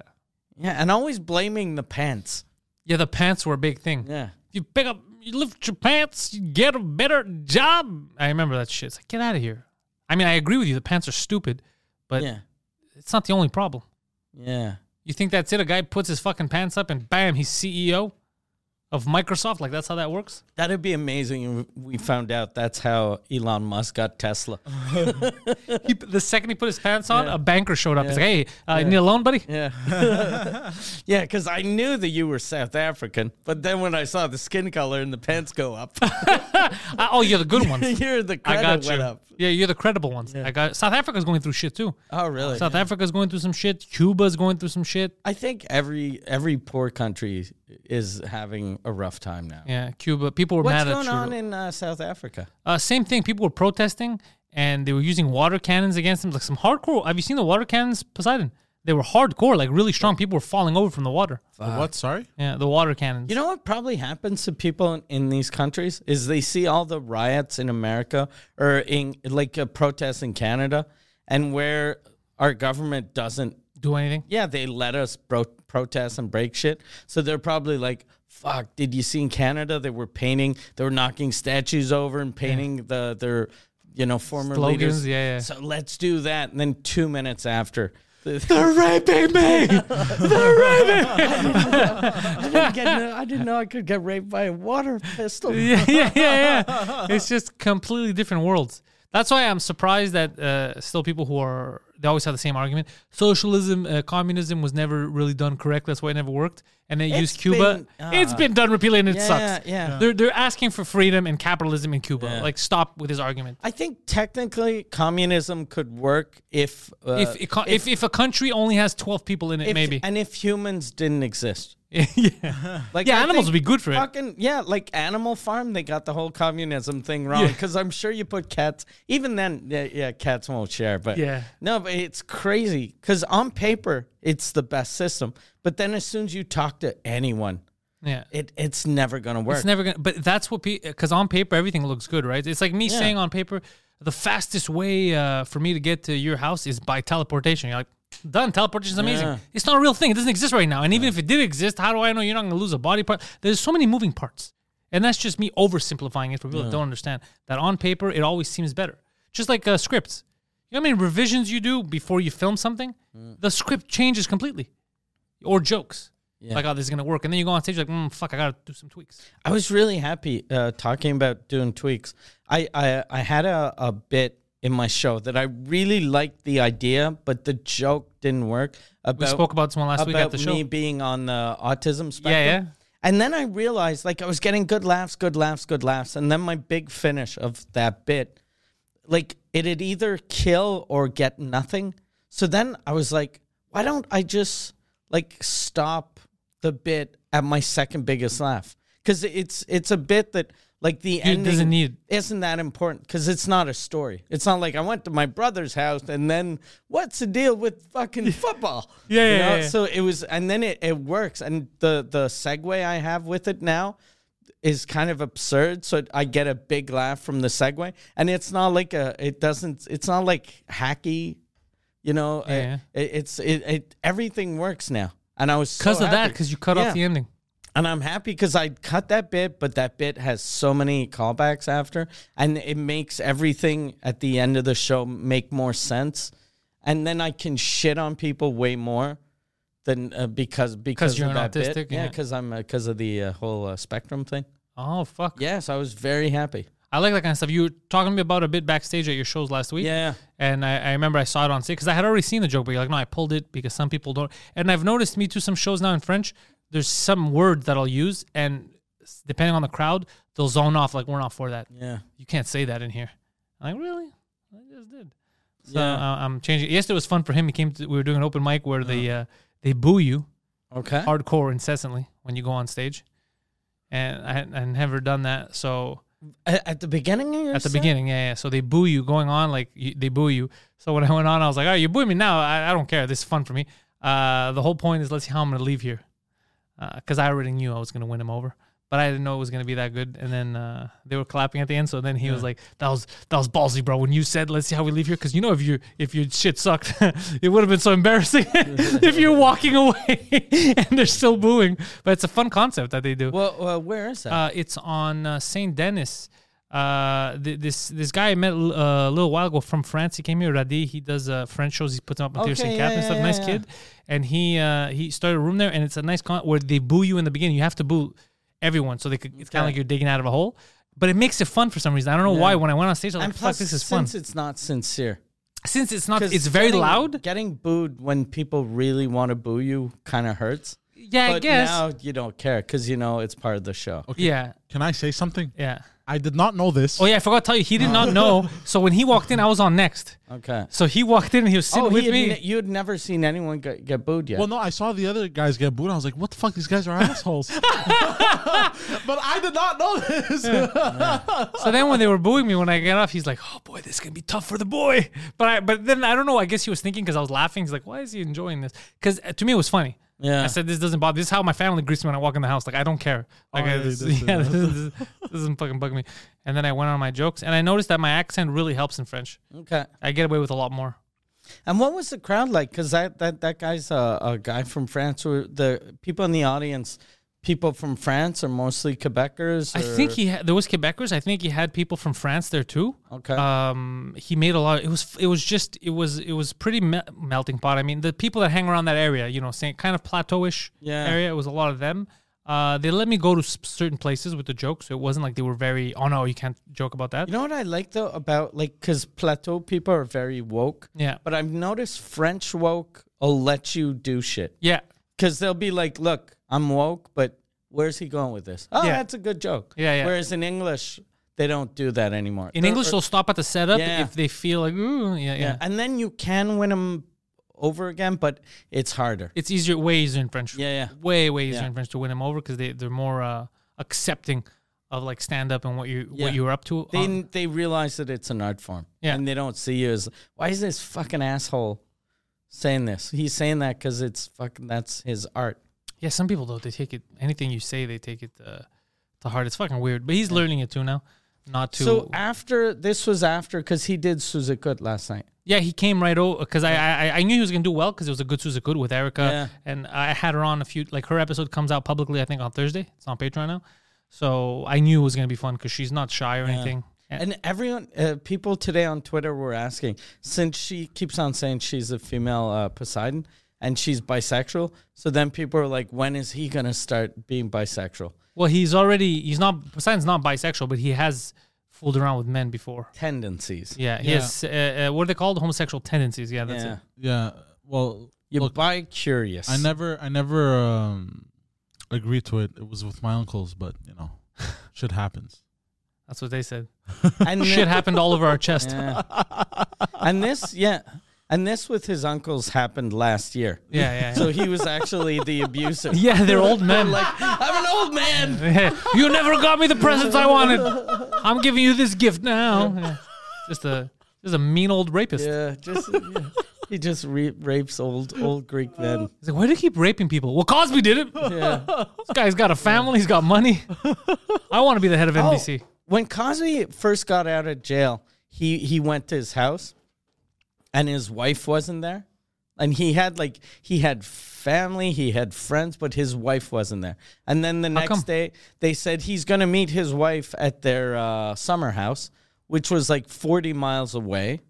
S2: yeah, and always blaming the pants.
S1: yeah. The pants were a big thing.
S2: Yeah.
S1: you pick up, you lift your pants, you get a better job. I remember that shit. It's like, get out of here. I mean, I agree with you. The pants are stupid, but
S2: Yeah.
S1: it's not the only problem.
S2: Yeah.
S1: You think that's it? A guy puts his fucking pants up and bam, he's CEO. E of Microsoft. Like that's how that
S2: (laughs)
S1: works.
S2: That'd be amazing if we found out that's how Elon Musk got Tesla.
S1: He, the second he put his pants on,
S2: Yeah.
S1: a banker showed up. He's
S2: Yeah.
S1: like, "Hey, uh, you need a loan, buddy?"
S2: (laughs)
S1: (laughs)
S2: Yeah. (laughs) yeah, because I knew that you were South African, but then when I saw the skin color and the pants
S1: (laughs)
S2: go up, (laughs)
S1: Uh, oh, you're the good ones.
S2: here the
S1: I
S2: credit
S1: got you.
S2: went up.
S1: Yeah, you're the credible ones. I got South Africa's going through shit too.
S2: Oh, really?
S1: South Africa's going through some shit. Cuba's going through some shit.
S2: I think every every poor country is having a rough time now.
S1: Yeah, Cuba. People were
S2: What's
S1: mad
S2: going
S1: at you.
S2: on in uh, South Africa?
S1: Uh, same thing. People were protesting, and they were using water cannons against them. Like some hardcore. Have you seen the water cannons, Poseidon? They were hardcore, like really strong. People were falling over from the water.
S3: The what? Sorry.
S1: Yeah, the water cannons.
S2: You know what probably happens to people in, in these countries is they see all the riots in America or in like uh, protests in Canada, and where our government doesn't.
S1: do anything?
S2: Yeah, they let us bro- protest and break shit. So they're probably like, "Fuck! Did you see in Canada they were painting? They were knocking statues over and painting the their, you know, former
S1: Slogans,
S2: leaders.
S1: yeah, yeah.
S2: So let's do that." And then two minutes after. (laughs) They're raping me. They're raping me. I didn't, get, I didn't know I could get raped by a water pistol.
S1: (laughs) yeah, yeah, yeah, yeah. It's just completely different worlds. That's why I'm surprised that uh, still people who are they always have the same argument. Socialism, uh, communism was never really done correct. That's why it never worked. And they use
S2: It's
S1: Cuba.
S2: been- uh,
S1: it's been done repeatedly, and it
S2: Yeah,
S1: sucks.
S2: yeah, yeah.
S1: They're they're asking for freedom and capitalism in Cuba. Like stop with this argument.
S2: I think technically communism could work if, uh,
S1: if, it, co- if if a country only has twelve people in it,
S2: if-
S1: maybe.
S2: and if humans didn't exist.
S1: (laughs)
S2: (laughs)
S1: yeah.
S2: Like
S1: Yeah,
S2: I
S1: animals
S2: think
S1: would be good for it.
S2: Fucking yeah, like Animal Farm, they got the whole communism thing wrong because I'm sure you put cats. Even then, yeah, yeah, cats won't share. But
S1: Yeah.
S2: no, but it's crazy because on paper it's the best system, but then as soon as you talk to anyone,
S1: Yeah.
S2: it it's never gonna work.
S1: It's never gonna. But that's what people. Because on paper, everything looks good, right? It's like me saying on paper, the fastest way uh, for me to get to your house is by teleportation. You're like, done. Teleportation is amazing.
S2: Yeah.
S1: It's not a real thing. It doesn't exist right now. And even if it did exist, how do I know you're not gonna lose a body part? There's so many moving parts, and that's just me oversimplifying it for people that don't understand that on paper it always seems better. Just like uh, scripts. You know how many revisions you do before you film something?
S2: Mm.
S1: The script changes completely, or jokes. Like, oh, this is gonna work, and then you go on stage, you're like, mm, fuck, I gotta do some tweaks.
S2: I was really happy uh, talking about doing tweaks. I, I, I had a, a bit in my show that I really liked the idea, but the joke didn't work. About,
S1: We spoke about this one last week at
S2: about
S1: the show.
S2: me being on the autism spectrum.
S1: yeah.
S2: And then I realized, like, I was getting good laughs, good laughs, good laughs. And then my big finish of that bit, like, it'd either kill or get nothing. So then I was like, why don't I just, like, stop the bit at my second biggest laugh? Because it's it's a bit that, like, the
S1: doesn't
S2: ending
S1: need-
S2: isn't that important because it's not a story. It's not like I went to my brother's house and then what's the deal with fucking football?
S1: (laughs) Yeah,
S2: You
S1: yeah,
S2: know?
S1: yeah, yeah.
S2: So it was, and then it, it works. And the the segue I have with it now is kind of absurd. So I get a big laugh from the segue, and it's not like a it doesn't it's not like hacky, you know. uh,
S1: Yeah.
S2: it- it's it, it everything works now. And I was
S1: Because
S2: so
S1: of that,
S2: happy.
S1: because you cut
S2: Yeah.
S1: off the ending.
S2: And I'm happy because I cut that bit, but that bit has so many callbacks after, and it makes everything at the end of the show make more sense. And then I can shit on people way more than uh, because because
S1: you're
S2: of
S1: an
S2: that bit.
S1: autistic,
S2: Yeah,
S1: yeah.
S2: because I'm because of the uh, whole uh, spectrum thing.
S1: Oh fuck!
S2: Yes, I was very happy.
S1: I like that kind of stuff. You were talking to me about a bit backstage at your shows last week.
S2: Yeah.
S1: and I, I remember I saw it on stage because I had already seen the joke, but you're like, no, I pulled it because some people don't. And I've noticed me too. Some shows now in French, there's some word that I'll use, and s- depending on the crowd, they'll zone off. Like we're not for that.
S2: Yeah.
S1: You can't say that in here. I'm like really? I just did. So
S2: Yeah.
S1: uh, I'm changing. Yesterday was fun for him. He came. To, we were doing an open mic where they
S2: Uh-huh.
S1: uh, they boo you.
S2: Okay.
S1: hardcore incessantly when you go on stage. And I, I never done that. So
S2: At, at the beginning of your
S1: at the
S2: set?
S1: beginning, yeah, yeah. So they boo you going on, like you, they boo you. So when I went on, I was like, all right, you boo me now. I, I don't care. This is fun for me. Uh, the whole point is let's see how I'm going to leave here. Because I already knew I was going to win him over. But I didn't know it was going to be that good. And then uh, they were clapping at the end. So then he was like, that was that was ballsy, bro. When you said, let's see how we leave here. Because you know, if you if your shit sucked, (laughs) it would have been so embarrassing (laughs) if you're walking away (laughs) and they're still booing. But it's a fun concept that they do.
S2: Well, uh, where is that?
S1: Uh, it's on uh, Saint Denis. Uh, th- this this guy I met l- uh, a little while ago from France. He came here, Radi. He does uh, French shows. He puts them up in Theater
S2: Okay,
S1: Saint
S2: yeah,
S1: Cap and
S2: yeah,
S1: stuff.
S2: yeah,
S1: nice
S2: yeah.
S1: kid. And he uh, he started a room there, and it's a nice con where they boo you in the beginning. You have to boo everyone. So they could. It's kind of
S2: Okay.
S1: like you're digging out of a hole, but it makes it fun for some reason. I don't know why.
S2: Yeah.
S1: When I went on stage, I was
S2: and
S1: like, "Fuck,
S2: plus,
S1: this is fun."
S2: since it's not sincere,
S1: Since it's not,
S2: 'Cause
S1: it's very
S2: getting-
S1: loud.
S2: Getting booed when people really want to boo you kind of hurts.
S1: Yeah, I
S2: but
S1: guess.
S2: now you don't care because you know it's part of the show.
S1: yeah,
S3: Can I say something?
S1: yeah.
S3: I did not know this.
S1: Oh yeah, I forgot to tell you. He did
S2: (laughs)
S1: not know. So when he walked in, I was on next.
S2: Okay.
S1: So he walked in and he was sitting
S2: oh,
S1: with
S2: he had
S1: me.
S2: ne- you had never seen anyone get, get booed yet.
S3: Well, no, I saw the other guys get booed. I was like, "What the fuck? These guys are assholes." but I did not know this.
S1: So then when they were booing me when I got off, he's like, "Oh boy, this is gonna be tough for the boy." But I, but then I don't know. I guess he was thinking because I was laughing. He's like, "Why is he enjoying this?" Because to me it was funny.
S2: Yeah.
S1: I said, "This doesn't bother. This is how my family greets me when I walk in the house. Like I don't care. Like
S3: Oh,
S1: I,
S3: yeah,
S1: this,
S3: they
S1: (laughs)
S3: do say
S1: yeah,
S3: that.
S1: this, this- this doesn't fucking bug me." And then I went on my jokes, and I noticed that my accent really helps in French.
S2: okay.
S1: I get away with a lot more.
S2: And what was the crowd like? Because that, that, that guy's a, a guy from France. Who the people in the audience, people from France are mostly Quebecers.
S1: I
S2: or-
S1: think he ha- there was Quebecers. I think he had people from France there too.
S2: Okay.
S1: Um, he made a lot. It was it was just it was it was pretty me- melting pot. I mean, the people that hang around that area, you know, same kind of plateauish
S2: Yeah.
S1: area. It was a lot of them. Uh, they let me go to s- certain places with the jokes. So it wasn't like they were very. Oh no, you can't joke about that.
S2: You know what I like though about like because plateau people are very woke.
S1: Yeah.
S2: But I've noticed French woke will let you do shit
S1: yeah,
S2: because they'll be like, "Look, I'm woke, but where's he going with this? Oh,
S1: Yeah.
S2: that's a good joke."
S1: Yeah, yeah.
S2: Whereas in English, they don't do that anymore.
S1: in
S2: They're-
S1: English, they'll stop at the setup
S2: er, Yeah.
S1: if they feel like. Ooh, yeah, yeah.
S2: yeah. And then you can win them over again, but it's harder.
S1: It's easier, way easier in French.
S2: Yeah, yeah.
S1: Way, way easier
S2: Yeah.
S1: in French to win them over because they they're more uh, accepting of like stand up and what you
S2: Yeah.
S1: what you were up to. Uh,
S2: They
S1: on-
S2: they realize that it's an art form.
S1: Um, Yeah.
S2: And they don't see you as why is this fucking asshole saying this? He's saying that because it's fucking that's his art.
S1: Yeah, some people though they take it anything you say they take it uh, to heart. It's fucking weird, but he's learning it too now. Not to
S2: So after this was after because he did Suzukut last night.
S1: yeah, he came right over because I, I I knew he was gonna do well because it was a good Susa good with Erica
S2: Yeah.
S1: and I had her on a few like her episode comes out publicly I think on Thursday. It's on Patreon now, so I knew it was gonna be fun because she's not shy or anything. And,
S2: And everyone, uh, people today on Twitter were asking since she keeps on saying she's a female uh, Poseidon and she's bisexual. So then people are like, when is he gonna start being bisexual?
S1: well, he's already he's not Poseidon's not bisexual, but he has fooled around with men before.
S2: Tendencies.
S1: Yeah, he
S3: Yeah.
S1: has uh, uh, what are they called homosexual tendencies? Yeah, that's
S2: yeah.
S1: it.
S3: yeah. Well,
S2: You're
S3: look,
S2: bi curious.
S3: I never, I never um, agreed to it. It was with my uncles, but you know, shit happens.
S1: That's what they said.
S2: And
S1: (laughs) Shit happened all over our chest.
S2: (laughs) Yeah. and this, yeah, and this with his uncles happened last year.
S1: Yeah, yeah. yeah.
S2: So he was actually
S1: (laughs)
S2: the abuser.
S1: yeah, they're old men.
S2: Like I'm an old man.
S1: (laughs) you never got me the presents I wanted. I'm giving you this gift now. Yeah. Just a just a mean old rapist.
S2: Yeah, just yeah. he just re- rapes old old Greek men.
S1: He's like, why do you keep raping people? Well, Cosby did it.
S2: Yeah.
S1: This guy's got a family. He's got money. I want to be the head of
S2: Oh,
S1: NBC.
S2: when Cosby first got out of jail, he he went to his house, and his wife wasn't there, and he had like he had family, he had friends, but his wife wasn't there. And then the next
S1: come?
S2: day, they said he's gonna meet his wife at their uh, summer house, which was like forty miles away,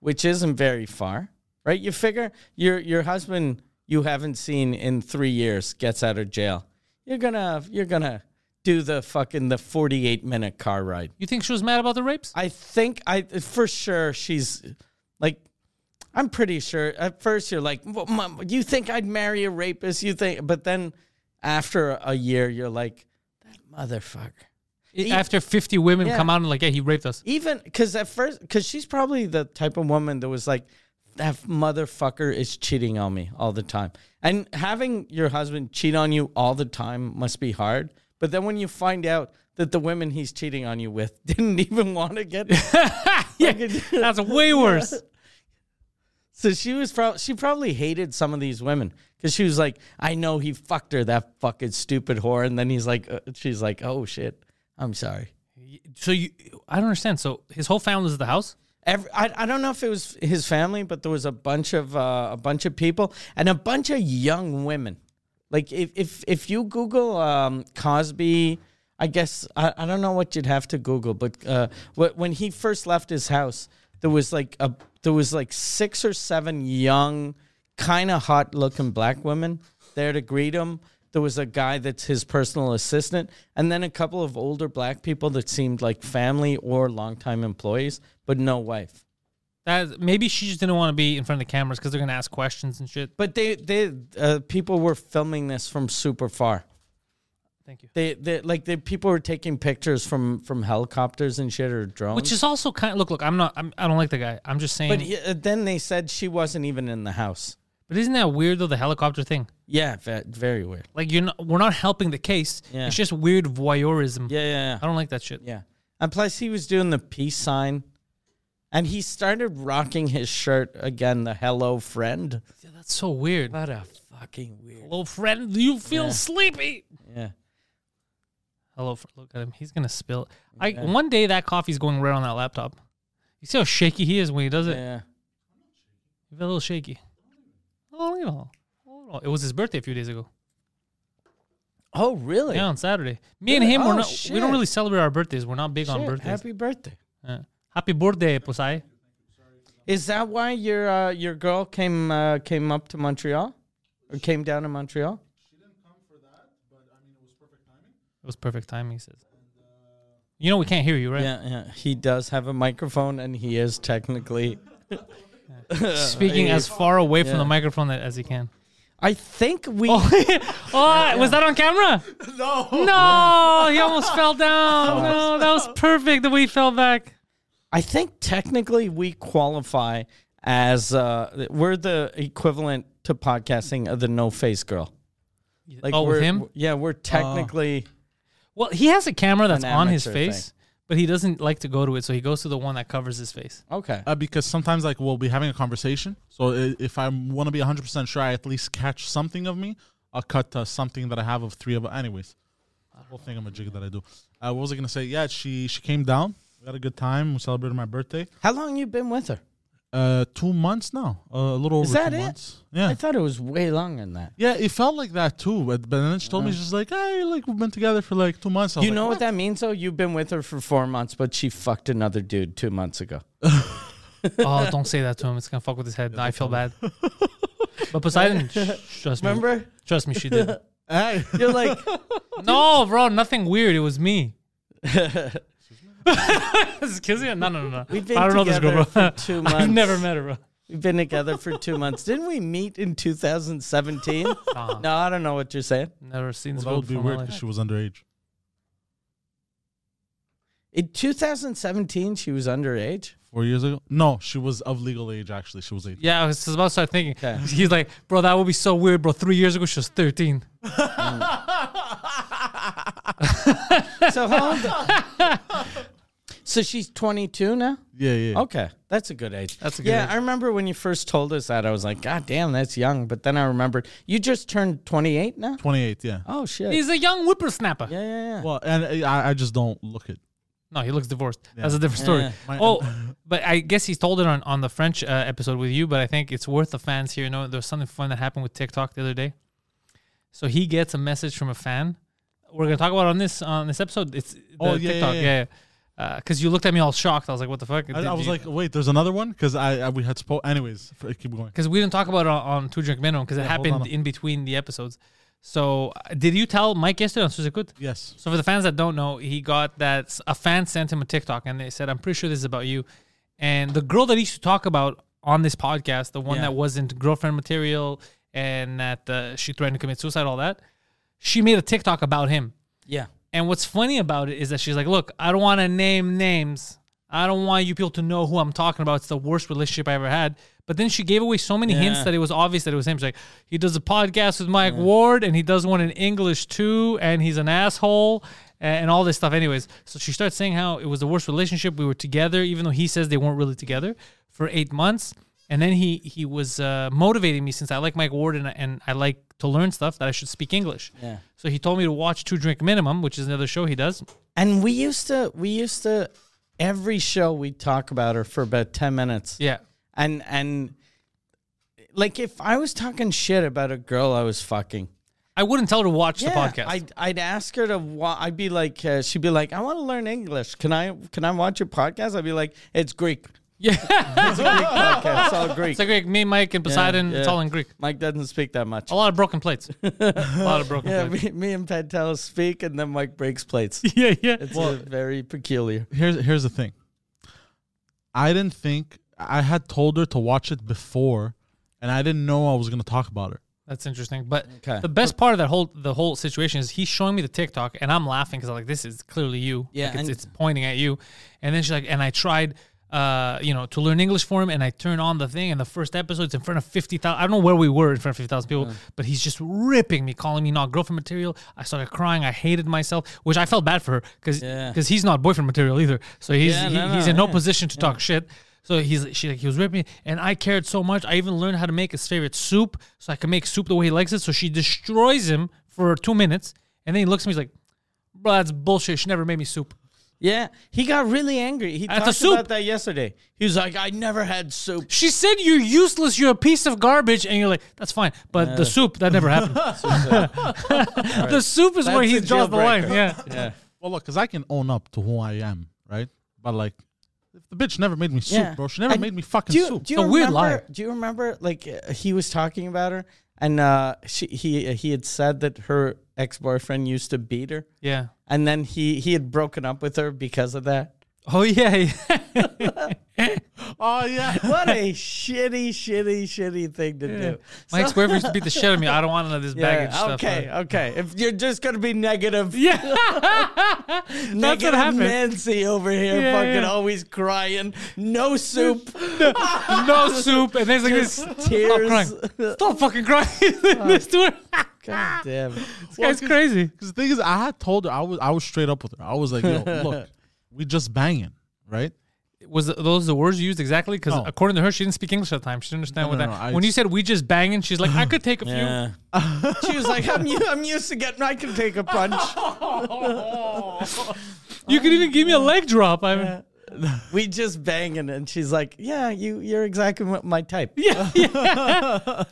S2: which isn't very far, right? You figure your your husband you haven't seen in three years gets out of jail, you're gonna you're gonna do the fucking the 48 minute car ride.
S1: You think she was mad about the rapes?
S2: I think I for sure she's like I'm pretty sure at first you're like "Well, mom, you think I'd marry a rapist you think but then after a year you're like that motherfucker.
S1: After 50 women
S2: Yeah.
S1: come out and like, yeah, he raped
S2: (laughs)
S1: us.
S2: Even cuz at first cuz she's probably the type of woman that was like that motherfucker is cheating on me all the time. And having your husband cheat on you all the time must be hard. But then when you find out that the women he's cheating on you with (laughs) didn't even want to get
S1: yeah, that's
S2: (laughs)
S1: way worse.
S2: So she was probably she probably hated some of these women because she was like, I know he fucked her that fucking stupid whore, and then he's like, uh, she's like, oh shit, I'm sorry.
S1: So you, I don't understand. So his whole family is at the house.
S2: Every, I, I don't know if it was his family, but there was a bunch of uh, a bunch of people and a bunch of young women. Like if if if you Google um, Cosby, I guess I, I don't know what you'd have to Google, but uh, wh- when he first left his house, there was like a there was like six or seven young, kind of hot looking black women there to greet him. There was a guy that's his personal assistant, and then a couple of older black people that seemed like family or longtime employees, but no wife.
S1: That maybe she just didn't want to be in front of the cameras because they're gonna ask questions and shit.
S2: But they, they, uh, people were filming this from super far.
S1: Thank you.
S2: They, they, like the people were taking pictures from from helicopters and shit or drones.
S1: Which is also kind of look, look. I'm not. I'm, I don't like the guy. I'm just saying.
S2: but
S1: But,
S2: he, uh, then they said she wasn't even in the house.
S1: isn't that weird though? The helicopter thing.
S2: Yeah, ve- very weird.
S1: Like you're not. We're not helping the case.
S2: Yeah.
S1: It's just weird voyeurism.
S2: Yeah, yeah,
S1: I
S2: yeah.
S1: don't like that shit.
S2: yeah. And plus, he was doing the peace sign, and he started rocking his shirt again. The hello friend.
S1: Yeah, that's so weird.
S2: What a fucking weird.
S1: Hello, friend. Do you feel
S2: Yeah.
S1: sleepy?
S2: Yeah.
S1: Hello, fr- look at him. He's gonna spill. I one day that coffee's going red on that laptop. You see how shaky he is when he does it.
S2: Yeah.
S1: He's a little shaky. Oh, you know. Oh, it was his birthday a few days ago.
S2: Oh, really?
S1: Yeah, on Saturday. Me and
S2: Really?
S1: him,
S2: Oh,
S1: we're not. We
S2: shit.
S1: don't really celebrate our birthdays. We're not big on
S2: Shit,
S1: birthdays. Happy,
S2: Happy birthday.
S1: happy birthday, Posai.
S2: Is that why your uh, your girl came uh, came up to Montreal, or came down to Montreal?
S1: It was perfect timing, he says. You know we can't hear you, right?
S2: Yeah, yeah. He does have a microphone, and he is technically.
S1: Speaking as far away from
S2: Uh, Yeah.
S1: the microphone that- as you can. (laughs)
S2: I think we.
S1: Oh, was that on
S2: (laughs)
S1: camera?
S3: No.
S1: No, he almost fell down. No, that was perfect the way he fell back.
S2: I think technically we qualify as uh, we're the equivalent to podcasting of the no face girl. Like
S1: oh,
S2: we're,
S1: with him?
S2: Yeah, we're technically.
S1: Well, he has a camera that's
S2: An
S1: on his
S2: amateur
S1: face, but he doesn't like to go to it, so he goes to the one that covers his
S2: (laughs)
S1: face.
S2: Okay.
S3: Uh, because sometimes like we'll be having a conversation. So i- if I want to be 100% sure I at least catch something of me, I'll cut uh, something that I have of three of anyways. Whole thing of a jig that I do. Uh, what was I gonna say? Yeah, she she came down. We had a good time. We celebrated my birthday.
S2: How long you been with her?
S3: Uh, two months now. Uh, a little over
S2: Is that
S3: two
S2: it?
S3: months. Yeah.
S2: I thought it was way longer than that.
S3: Yeah, it felt like that too. But, but then she told me she's like, "Hey, like we've been together for like two months." I was
S2: Uh-huh. you
S3: like,
S2: know what that means, though? You've been with her for four months, but she fucked another dude two months ago.
S1: Oh, don't say that to him. It's gonna fuck with his
S2: (laughs)
S1: head. I feel bad. But Poseidon, sh- sh- trust me.
S2: Remember?
S1: Trust me, she did.
S3: Hey,
S2: You're
S1: (laughs)
S2: like,
S1: No, bro, nothing weird. It was
S2: (laughs)
S1: me. Excuse me? No, no, no, no.
S2: We've been
S1: I don't know this girl,
S2: together
S1: bro.
S2: for two
S1: (laughs) I've
S2: months.
S1: never met her, bro.
S2: we've been together for two months. Didn't we meet
S1: (laughs)
S2: in 2017?
S1: Nah.
S2: No, I don't know what you're saying.
S1: Never seen
S3: well,
S1: this
S3: that
S1: girl
S3: would be
S1: before in
S3: weird
S1: my
S3: because
S1: life.
S3: she was underage.
S2: In 2017, she was
S1: (laughs)
S2: underage.
S3: Four years ago? No, she was of legal age. Actually, she was eight.
S1: Yeah, I was just about to start thinking.
S2: Okay.
S1: He's like, bro, that would be so weird, bro. Three years ago, she was 13.
S2: So how old? (laughs) so she's 22 now.
S3: Yeah, yeah.
S2: Okay, that's a good age.
S1: That's a good
S2: Yeah,
S1: age.
S2: I remember when you first told us that. I was like, God damn, that's young. But then I remembered you just turned 28 now.
S3: Twenty-eight. Yeah.
S2: Oh shit.
S1: He's a young whippersnapper.
S2: yeah, yeah, yeah.
S3: Well, and uh, I, I just don't look it.
S1: No, he looks divorced. That's a different story.
S2: Yeah.
S3: My- (laughs)
S1: oh, but I guess he's told it on, on the French uh, episode with you, but I think it's worth the fans here. You know, there's something fun that happened with TikTok the other day. So he gets a message from a fan. We're gonna talk about it on this on this episode. It's the
S3: Oh, yeah,
S1: TikTok,
S3: yeah,
S1: yeah.
S3: yeah.
S1: Because you looked at me all shocked. I was like, "What the fuck?"
S3: I, I was like, wait, there's another one because I, I we had spoke. Anyways, f- keep going.
S1: because we didn't talk about it on, on Two Drink Minimum because it
S3: hold
S1: happened
S3: on.
S1: in between the episodes. So uh, did you tell Mike yesterday on Suzukut?
S3: Yes.
S1: So for the fans that don't know, he got that a fan sent him a TikTok and they said, "I'm pretty sure this is about you." And the girl that he used to talk about on this podcast, the one
S2: Yeah.
S1: that wasn't girlfriend material and that uh, she threatened to commit suicide, all that, she made a TikTok about him.
S2: yeah.
S1: And what's funny about it is that she's like, "Look, I don't want to name names. I don't want you people to know who I'm talking about. It's the worst relationship I ever had." But then she gave away so many hints
S2: Yeah.
S1: that it was obvious that it was him. She's like, "He does a podcast with Mike Ward, and he does one in English too, and he's an asshole." a- And all this stuff, anyways. So she starts saying how it was the worst relationship. We were together, even though he says they weren't really together for eight months. And then he he was uh, motivating me since I like Mike Ward and, I- and I like to learn stuff that I should speak English.
S2: Yeah.
S1: So he told me to watch Two Drink Minimum, which is another show he does.
S2: And we used to, we used to, every show we talk about her for about 10 minutes.
S1: Yeah.
S2: And, and like if I was talking shit about a girl I was fucking,
S1: I wouldn't tell her to watch the podcast.
S2: I'd, I'd ask her to. Wa- I'd (laughs) be like, uh, she'd be like, I want to learn English. Can I? Can I watch your podcast? I'd be like, it's Greek.
S1: Yeah,
S2: It's a Greek podcast. (laughs) It's all Greek.
S1: it's like Greek. Me, Mike, and Poseidon. It's
S2: yeah.
S1: all in Greek.
S2: Mike doesn't speak that much.
S1: A lot of broken plates. a lot of broken
S2: (laughs) Yeah,
S1: plates.
S2: me, me and Pantelis speak, and then Mike breaks (laughs) plates.
S1: (laughs) yeah, yeah.
S2: It's uh, very peculiar.
S3: here's here's the thing. I didn't think I had told her to watch it before, and I didn't know I was gonna talk about her.
S1: That's interesting. But
S2: Okay.
S1: the best part of that whole the whole situation is he's showing me the TikTok and I'm laughing because I'm like, this is clearly you.
S2: Yeah,
S1: Like, it's,
S2: and-
S1: it's pointing at you. And then she's like, and I tried, uh, you know, to learn English for him, and I turn on the thing, and the first episode it's in front of fifty thousand. I don't know where we were in front of fifty thousand
S2: Uh.
S1: people, but he's just ripping me, calling me not girlfriend material. I started crying. I hated myself, which I felt bad for her because
S2: Yeah.
S1: he's not boyfriend material either. So he's
S2: Yeah,
S1: he-
S2: no,
S1: he's
S2: no,
S1: in no
S2: yeah.
S1: position to talk shit. So he's she like he was ripping, me, and I cared so much. I even learned how to make his favorite soup, so I can make soup the way he likes it. So she destroys him for two minutes, and then he looks at me he's like, "Bro, that's bullshit. She never made me soup."
S2: Yeah, he got really angry. He
S1: At the
S2: talked
S1: soup.
S2: about that yesterday. He was like, "I never had soup."
S1: She said, "You're useless. You're a piece of garbage," and you're like, "That's fine." But the soup that
S2: (laughs)
S1: never happened. (laughs) the soup is where
S2: That's
S1: he
S2: a
S1: draws the line.
S2: deal-breaker.
S1: Yeah,
S2: Yeah,
S3: Well, look, because I can own up to who I am, right? But like, if the bitch never made me soup,
S2: Yeah.
S3: bro. She never
S2: And
S3: made me fucking
S2: do you,
S3: soup.
S2: do you
S1: It's a
S2: remember,
S1: weird lie.
S2: Do you remember like uh, he was talking about her, and uh, she, he he had said that her ex boyfriend used to beat her,
S1: yeah.
S2: and then he he had broken up with her because of that.
S1: Oh yeah, yeah.
S3: oh (laughs) yeah.
S2: What a shitty, shitty, shitty thing to do.
S1: (laughs) My ex-boyfriend used to beat the shit out of me. I don't want none of this
S2: Yeah,
S1: baggage stuff.
S2: okay, okay. If you're just gonna be negative, (laughs)
S1: Yeah. That's
S2: negative
S1: what happened.
S2: Nancy over here,
S1: Yeah,
S2: fucking
S1: yeah.
S2: always crying, no soup,
S1: (laughs) no soup, and there's like this
S2: tears.
S1: Stop crying! Stop fucking crying! (laughs) this dude, this
S2: God damn. it.
S1: guy's crazy.
S3: Because the thing is, I had told her I was I was straight up with her. I was like, (laughs) yo, look, we just banging, right?
S1: Was th- those the words you used exactly? Because
S3: No.
S1: according to her, she didn't speak English at the time. She didn't understand
S3: No,
S1: what
S3: no,
S1: that.
S3: no, I
S1: when you
S3: just-
S1: said "we just banging," she's like,
S3: (laughs)
S1: "I could take a few."
S2: she was like, I'm, u- I'm used to getting, I can take
S1: (laughs)
S2: a punch.
S1: You could even give me a leg drop. I mean,
S2: we just banging, and she's like, yeah, you, you're exactly what my type.
S1: yeah, yeah,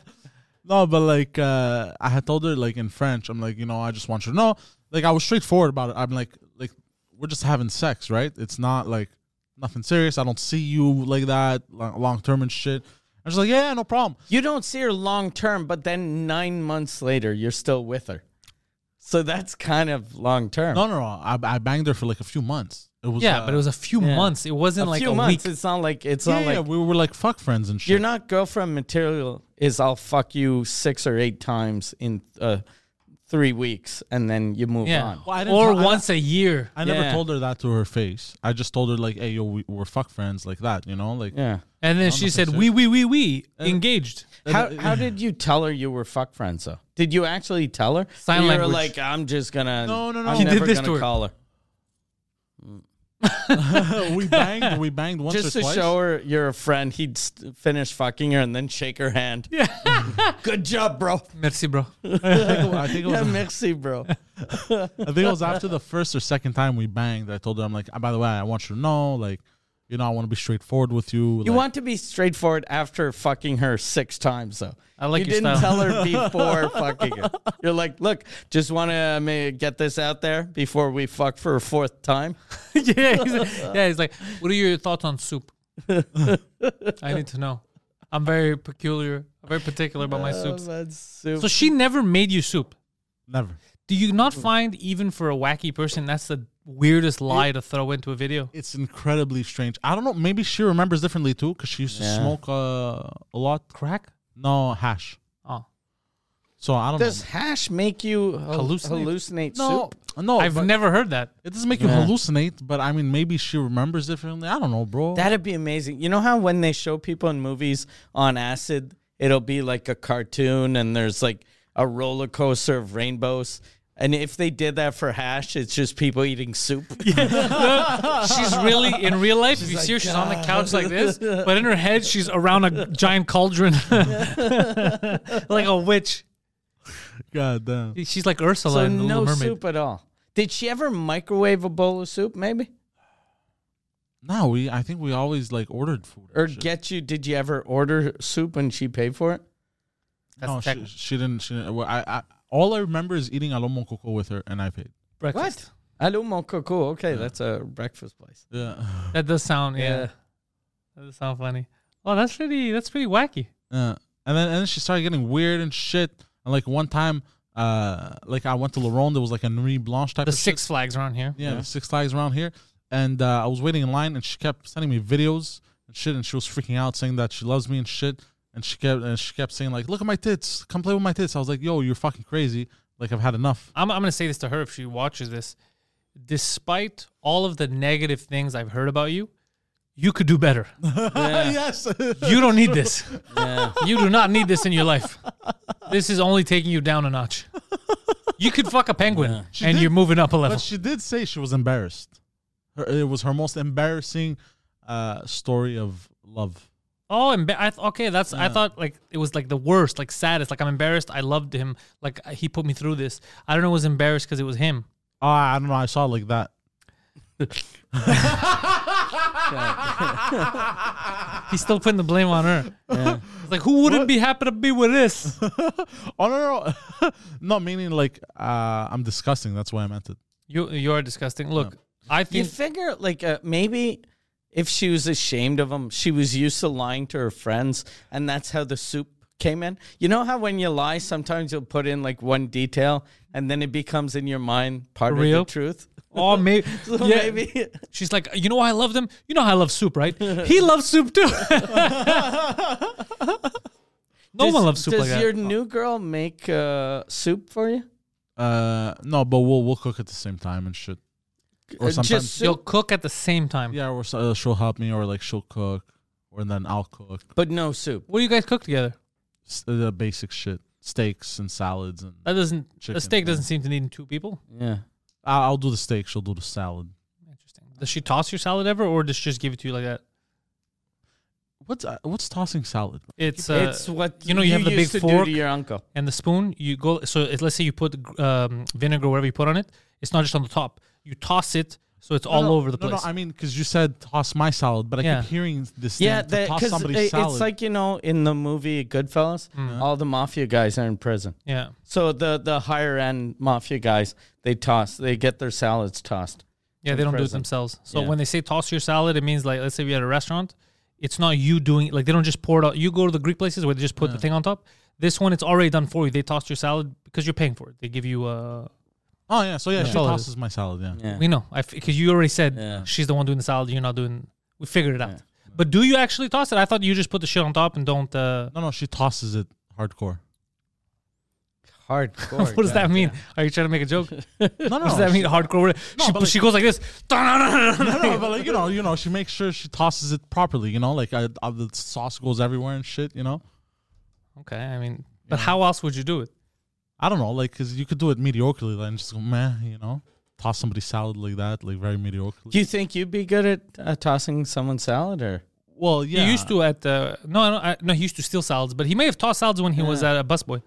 S3: No, but like uh, I had told her like in French, I'm like, you know, I just want you to know. Like I was straightforward about it. I'm like, like we're just having sex, right? It's not like nothing serious. I don't see you like that long term and shit. I was like, yeah, yeah, no problem.
S2: You don't see her long term, but then nine months later, you're still with her. So that's kind of long term.
S3: No, no, no. I, I banged her for like a few months. It was
S1: yeah.
S3: uh,
S1: But it was a few
S2: yeah.
S1: months. It wasn't like
S2: few
S1: a
S2: months.
S1: week.
S2: It's not like it's
S3: yeah,
S2: not like
S3: yeah, we were like fuck friends and shit.
S2: you're not girlfriend material. Is I'll fuck you six or eight times in uh, three weeks, and then you move
S1: Yeah,
S2: on.
S3: Well, I didn't
S1: or
S3: tell- I-
S1: once a year.
S3: I never
S2: Yeah.
S3: told her that to her face. I just told her like, "Hey, yo, we, we're fuck friends," like that, you know, like
S2: Yeah.
S1: And then she said,
S3: so.
S1: "We, we, we,
S3: (laughs)
S1: we
S3: Uh.
S1: engaged."
S2: How, how did you tell her you were fuck friends though? Did you actually tell her?
S1: Sign
S2: you
S1: language.
S2: were like, I'm just gonna.
S3: No, no, no.
S2: I'm
S3: He
S1: did
S2: never
S1: this
S2: gonna
S1: to her.
S2: call her
S3: we banged, we banged once
S2: just
S3: or
S2: to
S3: twice.
S2: show her you're a friend. He'd st- finish fucking her and then shake her hand. Yeah. (laughs) Good job, bro.
S1: Merci, bro.
S3: I think it was- I think
S2: (laughs)
S3: it
S2: Yeah,
S3: was,
S2: merci,
S3: (laughs)
S2: bro.
S3: I think it was after the first or second time we banged. I told her, "I'm like, "Ah, by the way, I want you to know, like, you know, I want to be straightforward with you.
S2: You
S3: like,
S2: want to be straightforward after fucking her six times, though.
S1: I like
S2: you
S1: your
S2: didn't
S1: style.
S2: tell her
S3: (laughs)
S2: before fucking her. You're like, look, just want to get this out there before we fuck for a fourth
S3: (laughs)
S2: time.
S1: (laughs) yeah, he's like, yeah. He's like, "What are your thoughts on
S3: (laughs)
S1: soup?" I need to know. I'm very peculiar. I'm very particular about my soups.
S2: that's super.
S1: So she never made you soup.
S3: never."
S1: Do you not find even for a wacky person that's the weirdest lie to throw into a video?
S3: It's incredibly strange. I don't know. Maybe she remembers differently too, because she used to
S2: Yeah.
S3: smoke uh, a lot. Crack? No hash.
S1: Oh,
S3: So I don't
S2: Does hash make you hal-
S1: Hallucinate?
S2: hallucinate
S3: know.
S2: soup?
S3: No, no.
S1: I've
S3: but
S1: never heard that.
S3: it doesn't make you
S2: Yeah.
S3: hallucinate, but I mean, maybe she remembers differently. I don't know, bro.
S2: That'd be amazing. You know how when they show people in movies on acid, it'll be like a cartoon and there's like a roller coaster of rainbows. And if they did that for hash, it's just people
S1: (laughs)
S2: eating soup.
S1: She's really in real life. if you see her, she's on the couch like this, but in her head, she's around a giant cauldron, like a witch.
S3: God damn.
S1: She's like Ursula
S2: So
S1: in the
S2: no
S1: Little Mermaid.
S2: soup at all. Did she ever microwave a bowl of soup, maybe?
S3: No, we. I think we always like ordered food. and
S2: Or
S3: shit.
S2: get you? Did you ever order soup and she paid for it?
S1: That's
S3: no,
S1: tech-
S3: she, she didn't. She didn't. Well, I, I all I remember is eating alomo coco with her, and I paid.
S1: breakfast.
S2: Allo mon coco. Okay, that's a breakfast place.
S3: Yeah, (sighs)
S1: That does sound yeah. That does sound funny. Oh, that's pretty. That's pretty wacky.
S3: Uh, and then and then she started getting weird and shit. And like one time, uh, like I went to Laron, there was like a Nuit Blanche type
S1: The
S3: of shit.
S1: Six Flags around here.
S3: Yeah, the Six Flags around here. And uh, I was waiting in line, and she kept sending me videos and shit, and she was freaking out, saying that she loves me and shit. And she kept and she kept saying like, "Look at my tits, come play with my tits." I was like, "Yo, you're fucking crazy. Like I've had enough."
S1: I'm, I'm going to say this to her if she watches this. Despite all of the negative things I've heard about you, you could do better.
S3: (laughs) (laughs) yes.
S1: You don't need this. (laughs) You do not need this in your life. This is only taking you down a notch. You could fuck a penguin
S3: She
S1: and
S3: did-
S1: you're moving up a
S2: Uh-huh.
S1: level.
S3: but she did say she was embarrassed. Her, it was her most embarrassing uh, story of love.
S1: oh, emba- I th- okay, that's I thought like it was like the worst, like saddest. Like I'm embarrassed. I loved him. Like he put me through this. I don't know. I was embarrassed because it was him.
S3: Oh, I don't know. I saw it like that. (laughs)
S1: He's still putting the blame on her. It's like who wouldn't be happy to be with this?
S3: Oh no, no, (laughs) no. no meaning like uh, I'm disgusting. That's why I meant it.
S1: You you are disgusting. Look, I
S2: You (laughs)
S1: think
S2: figure like uh, maybe if she was ashamed of him, she was used to lying to her friends, and that's how the soup came in. You know how when you lie, sometimes you'll put in like one detail, and then it becomes in your mind part
S1: Real?
S2: of the truth. (laughs)
S1: Oh, maybe.
S2: So
S1: yeah.
S2: maybe
S1: She's like, you know why I love them? You know how I love soup, right? He loves soup too. no
S2: Does-
S1: one loves soup
S2: Does
S1: like that.
S2: your new girl make uh, soup for you?
S3: Uh, no, but we'll we'll cook at the same time and shit. Or
S2: Uh,
S3: sometimes-
S2: just
S1: You'll
S2: soup,
S1: cook at the same time.
S3: Yeah, or so- uh, she'll help me, or like she'll cook, or then I'll cook
S2: but no soup.
S1: What do you guys cook together?
S3: S- uh, the basic shit, steaks and salads, and
S2: Uh,
S1: That doesn't.
S3: Chicken,
S1: a steak
S3: yeah.
S1: doesn't seem to need two people.
S2: Yeah.
S3: I- I'll do the steak. She'll do the salad.
S1: Interesting. Does she toss your salad ever, or does she just give it to you like that?
S3: What's uh, what's tossing salad?
S1: It's uh,
S2: it's what
S1: you know. You, have the big
S2: used to do
S1: fork
S2: to your uncle.
S1: and the spoon. You go. So it, let's say you put um, vinegar wherever you put on it. It's not just on the top. You toss it, so it's all
S3: No, no,
S1: over the
S3: no,
S1: place.
S3: No, I mean because you said toss my salad, but I
S1: Yeah.
S3: keep hearing this.
S2: Yeah,
S3: thing, to toss
S2: because
S3: somebody's salad.
S2: it's like you know in the movie Goodfellas,
S1: Mm-hmm.
S2: all the mafia guys are in prison.
S1: yeah.
S2: So the the higher end mafia guys, they toss, they get their salads tossed.
S1: Yeah, they don't do it
S2: present.
S1: themselves. So
S2: Yeah.
S1: when they say toss your salad, it means like let's say we at a restaurant, it's not you doing like they don't just pour it out. You go to the Greek places where they just put the thing on top. This one, it's already done for you. They toss your salad because you're paying for it. They give you. Uh,
S3: oh yeah, so yeah, she
S1: Salad.
S3: tosses my salad. Yeah.
S2: Yeah.
S1: We know, I because you already said
S2: Yeah.
S1: she's the one doing the salad. You're not doing. We figured it out. But do you actually toss it? I thought you just put the shit on top and don't. Uh,
S3: No, no, she tosses it hardcore.
S2: (laughs) Hardcore.
S1: what does that mean? Are you trying to make a joke? What
S3: No, (laughs) no,
S1: does that
S3: she-
S1: mean? Hardcore. she,
S3: but
S1: she goes like this. (laughs)
S3: No, no, but like you know, you know, she makes sure she tosses it properly. You know, like I, I, the sauce goes everywhere and shit. You know,
S1: Okay, I mean, but how else would you do it?
S3: I don't know, like because you could do it mediocrely, like, and just go meh. You know, toss somebody's salad like that, like very mediocrely.
S2: Do you think you'd be good at uh, tossing someone's salad, or
S3: well, yeah,
S1: He used to at uh, no, no, I, no. He used to steal salads, but he may have tossed salads when he was at a busboy.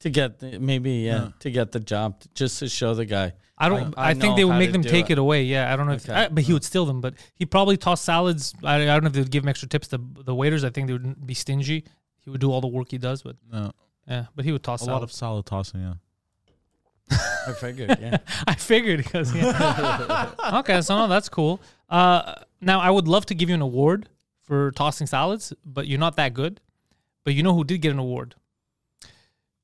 S2: to get the, maybe yeah,
S3: Yeah.
S2: to get the job, just to show the guy?
S1: I don't.
S2: I-
S1: I,
S2: I
S1: think
S2: know
S1: they would
S2: how
S1: make
S2: to
S1: them
S2: do
S1: take it.
S2: it.
S1: away. Yeah, I don't know if,
S2: Okay.
S1: I, but he would steal them. But he probably tossed salads. I, I don't know if they would give him extra tips to the waiters. I think they would be stingy. He would do all the work he does, but
S3: Yeah,
S1: yeah, but he would toss
S3: a lot of
S1: salads.
S3: salad tossing. Yeah,
S2: I figured. Yeah.
S1: (laughs) I figured because okay, so no, that's cool. Uh, now I would love to give you an award for tossing salads, but you're not that good. But you know who did get an award?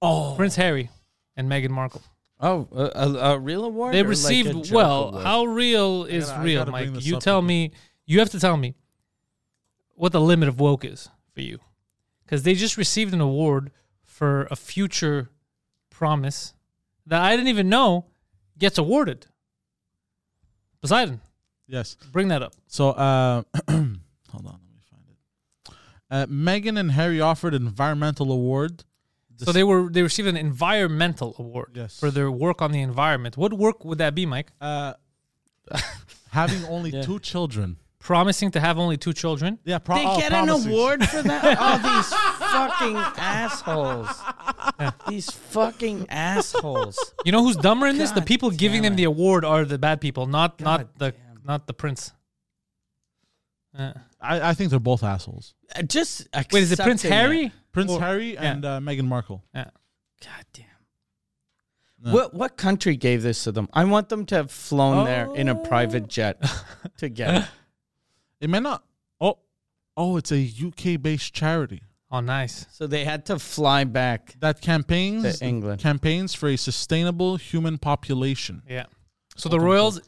S1: Oh, Prince Harry and Meghan Markle.
S2: (laughs) oh, a, a, a real award.
S1: They
S2: or like a
S1: received
S2: joke
S1: well.
S2: award?
S1: How real is
S3: gotta- I
S1: real,
S3: gotta bring
S1: Mike?
S3: this
S1: You
S3: up
S1: tell
S3: again.
S1: me. You have to tell me what the limit of woke is for you, because they just received an award for a future promise that I didn't even know gets awarded. Poseidon,
S3: yes.
S1: bring that up.
S3: So, uh, (clears throat) hold on, let me find it. Uh, Megan and Harry offered environmental award.
S1: So they were they received an environmental award
S3: Yes.
S1: for their work on the environment. What work would that be, Mike?
S3: Uh, (laughs) having only two children.
S1: Promising to have only two children.
S3: Yeah, pro-
S2: They
S3: oh,
S2: get
S3: promising.
S2: an award for
S1: (laughs)
S2: that? All these fucking assholes.
S1: (laughs)
S2: These fucking assholes.
S1: You know who's dumber in this? The
S2: God
S1: people giving them
S2: damn
S1: the award are the bad people, not not
S2: God
S1: the
S2: damn.
S1: not the prince. Uh,
S3: I, I think they're both assholes.
S2: Uh, Just
S1: wait, is it Prince
S2: accepting
S1: Harry?
S3: Prince
S1: Or-
S3: Harry and uh, Meghan Markle.
S1: Yeah.
S2: God damn.
S3: No.
S2: What what country gave this to them? I want Oh. (laughs) them to have flown there in a private jet to get it.
S3: It may not. Oh, it's a UK based charity
S1: Oh, nice.
S2: So they had to fly back.
S3: that campaigns
S2: To England.
S3: campaigns for a sustainable human population.
S1: Yeah. So the royals,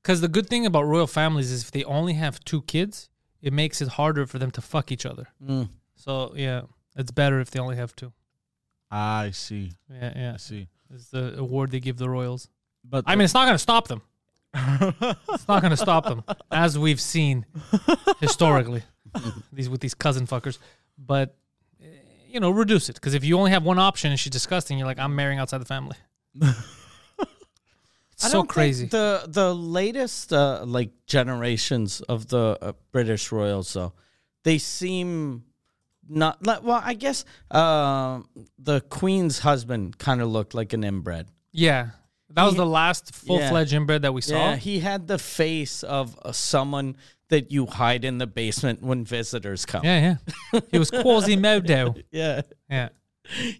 S1: because the good thing about royal families is if they only have two kids, it makes it harder for them to fuck each other.
S2: Mm.
S1: So yeah, it's better if they only have two.
S3: I see.
S1: Yeah, yeah.
S3: I see.
S1: It's the award they give the royals.
S3: But
S1: I mean, it's not going to stop them. it's not going to stop them, as we've seen historically, these with these cousin fuckers. But eh, you know, reduce it because if you only have one option and she's disgusting, you're like, I'm marrying outside the
S2: (laughs)
S1: family. it's
S2: I
S1: so
S2: don't think
S1: crazy.
S2: The the latest uh, like generations of the uh, British royals though, they seem not like, well. I guess uh, the Queen's husband kind of looked like an inbred.
S1: yeah, that was the last full fledged inbred that we saw.
S2: Yeah, he had the face of uh, someone that you hide in the basement when visitors come.
S1: yeah, yeah. he was
S2: (laughs)
S1: Quasimodo.
S2: yeah.
S1: Yeah.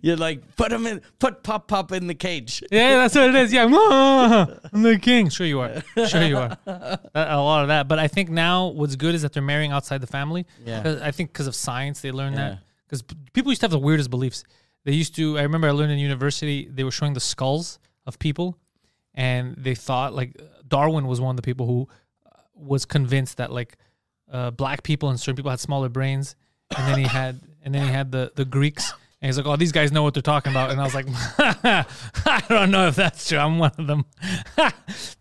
S2: You're like put him in, put Pop Pop in the cage.
S1: (laughs) Yeah, that's what it is. Yeah, I'm the king. Sure you are. Sure you
S2: (laughs)
S1: are. That- A lot of that, but I think now what's good is that they're marrying outside the family.
S2: Yeah.
S1: 'Cause I think because of science, they learn
S2: Yeah.
S1: that. Because people used to have the weirdest beliefs. They used to. I remember I learned in university they were showing the skulls of people, and they thought like Darwin was one of the people who uh, was convinced that like uh, black people and certain people had smaller brains, and then he had and then he had the the Greeks. And he's like, "Oh, these guys know what they're talking about," and I was like, (laughs) "I don't know if that's true. I'm one of them." (laughs)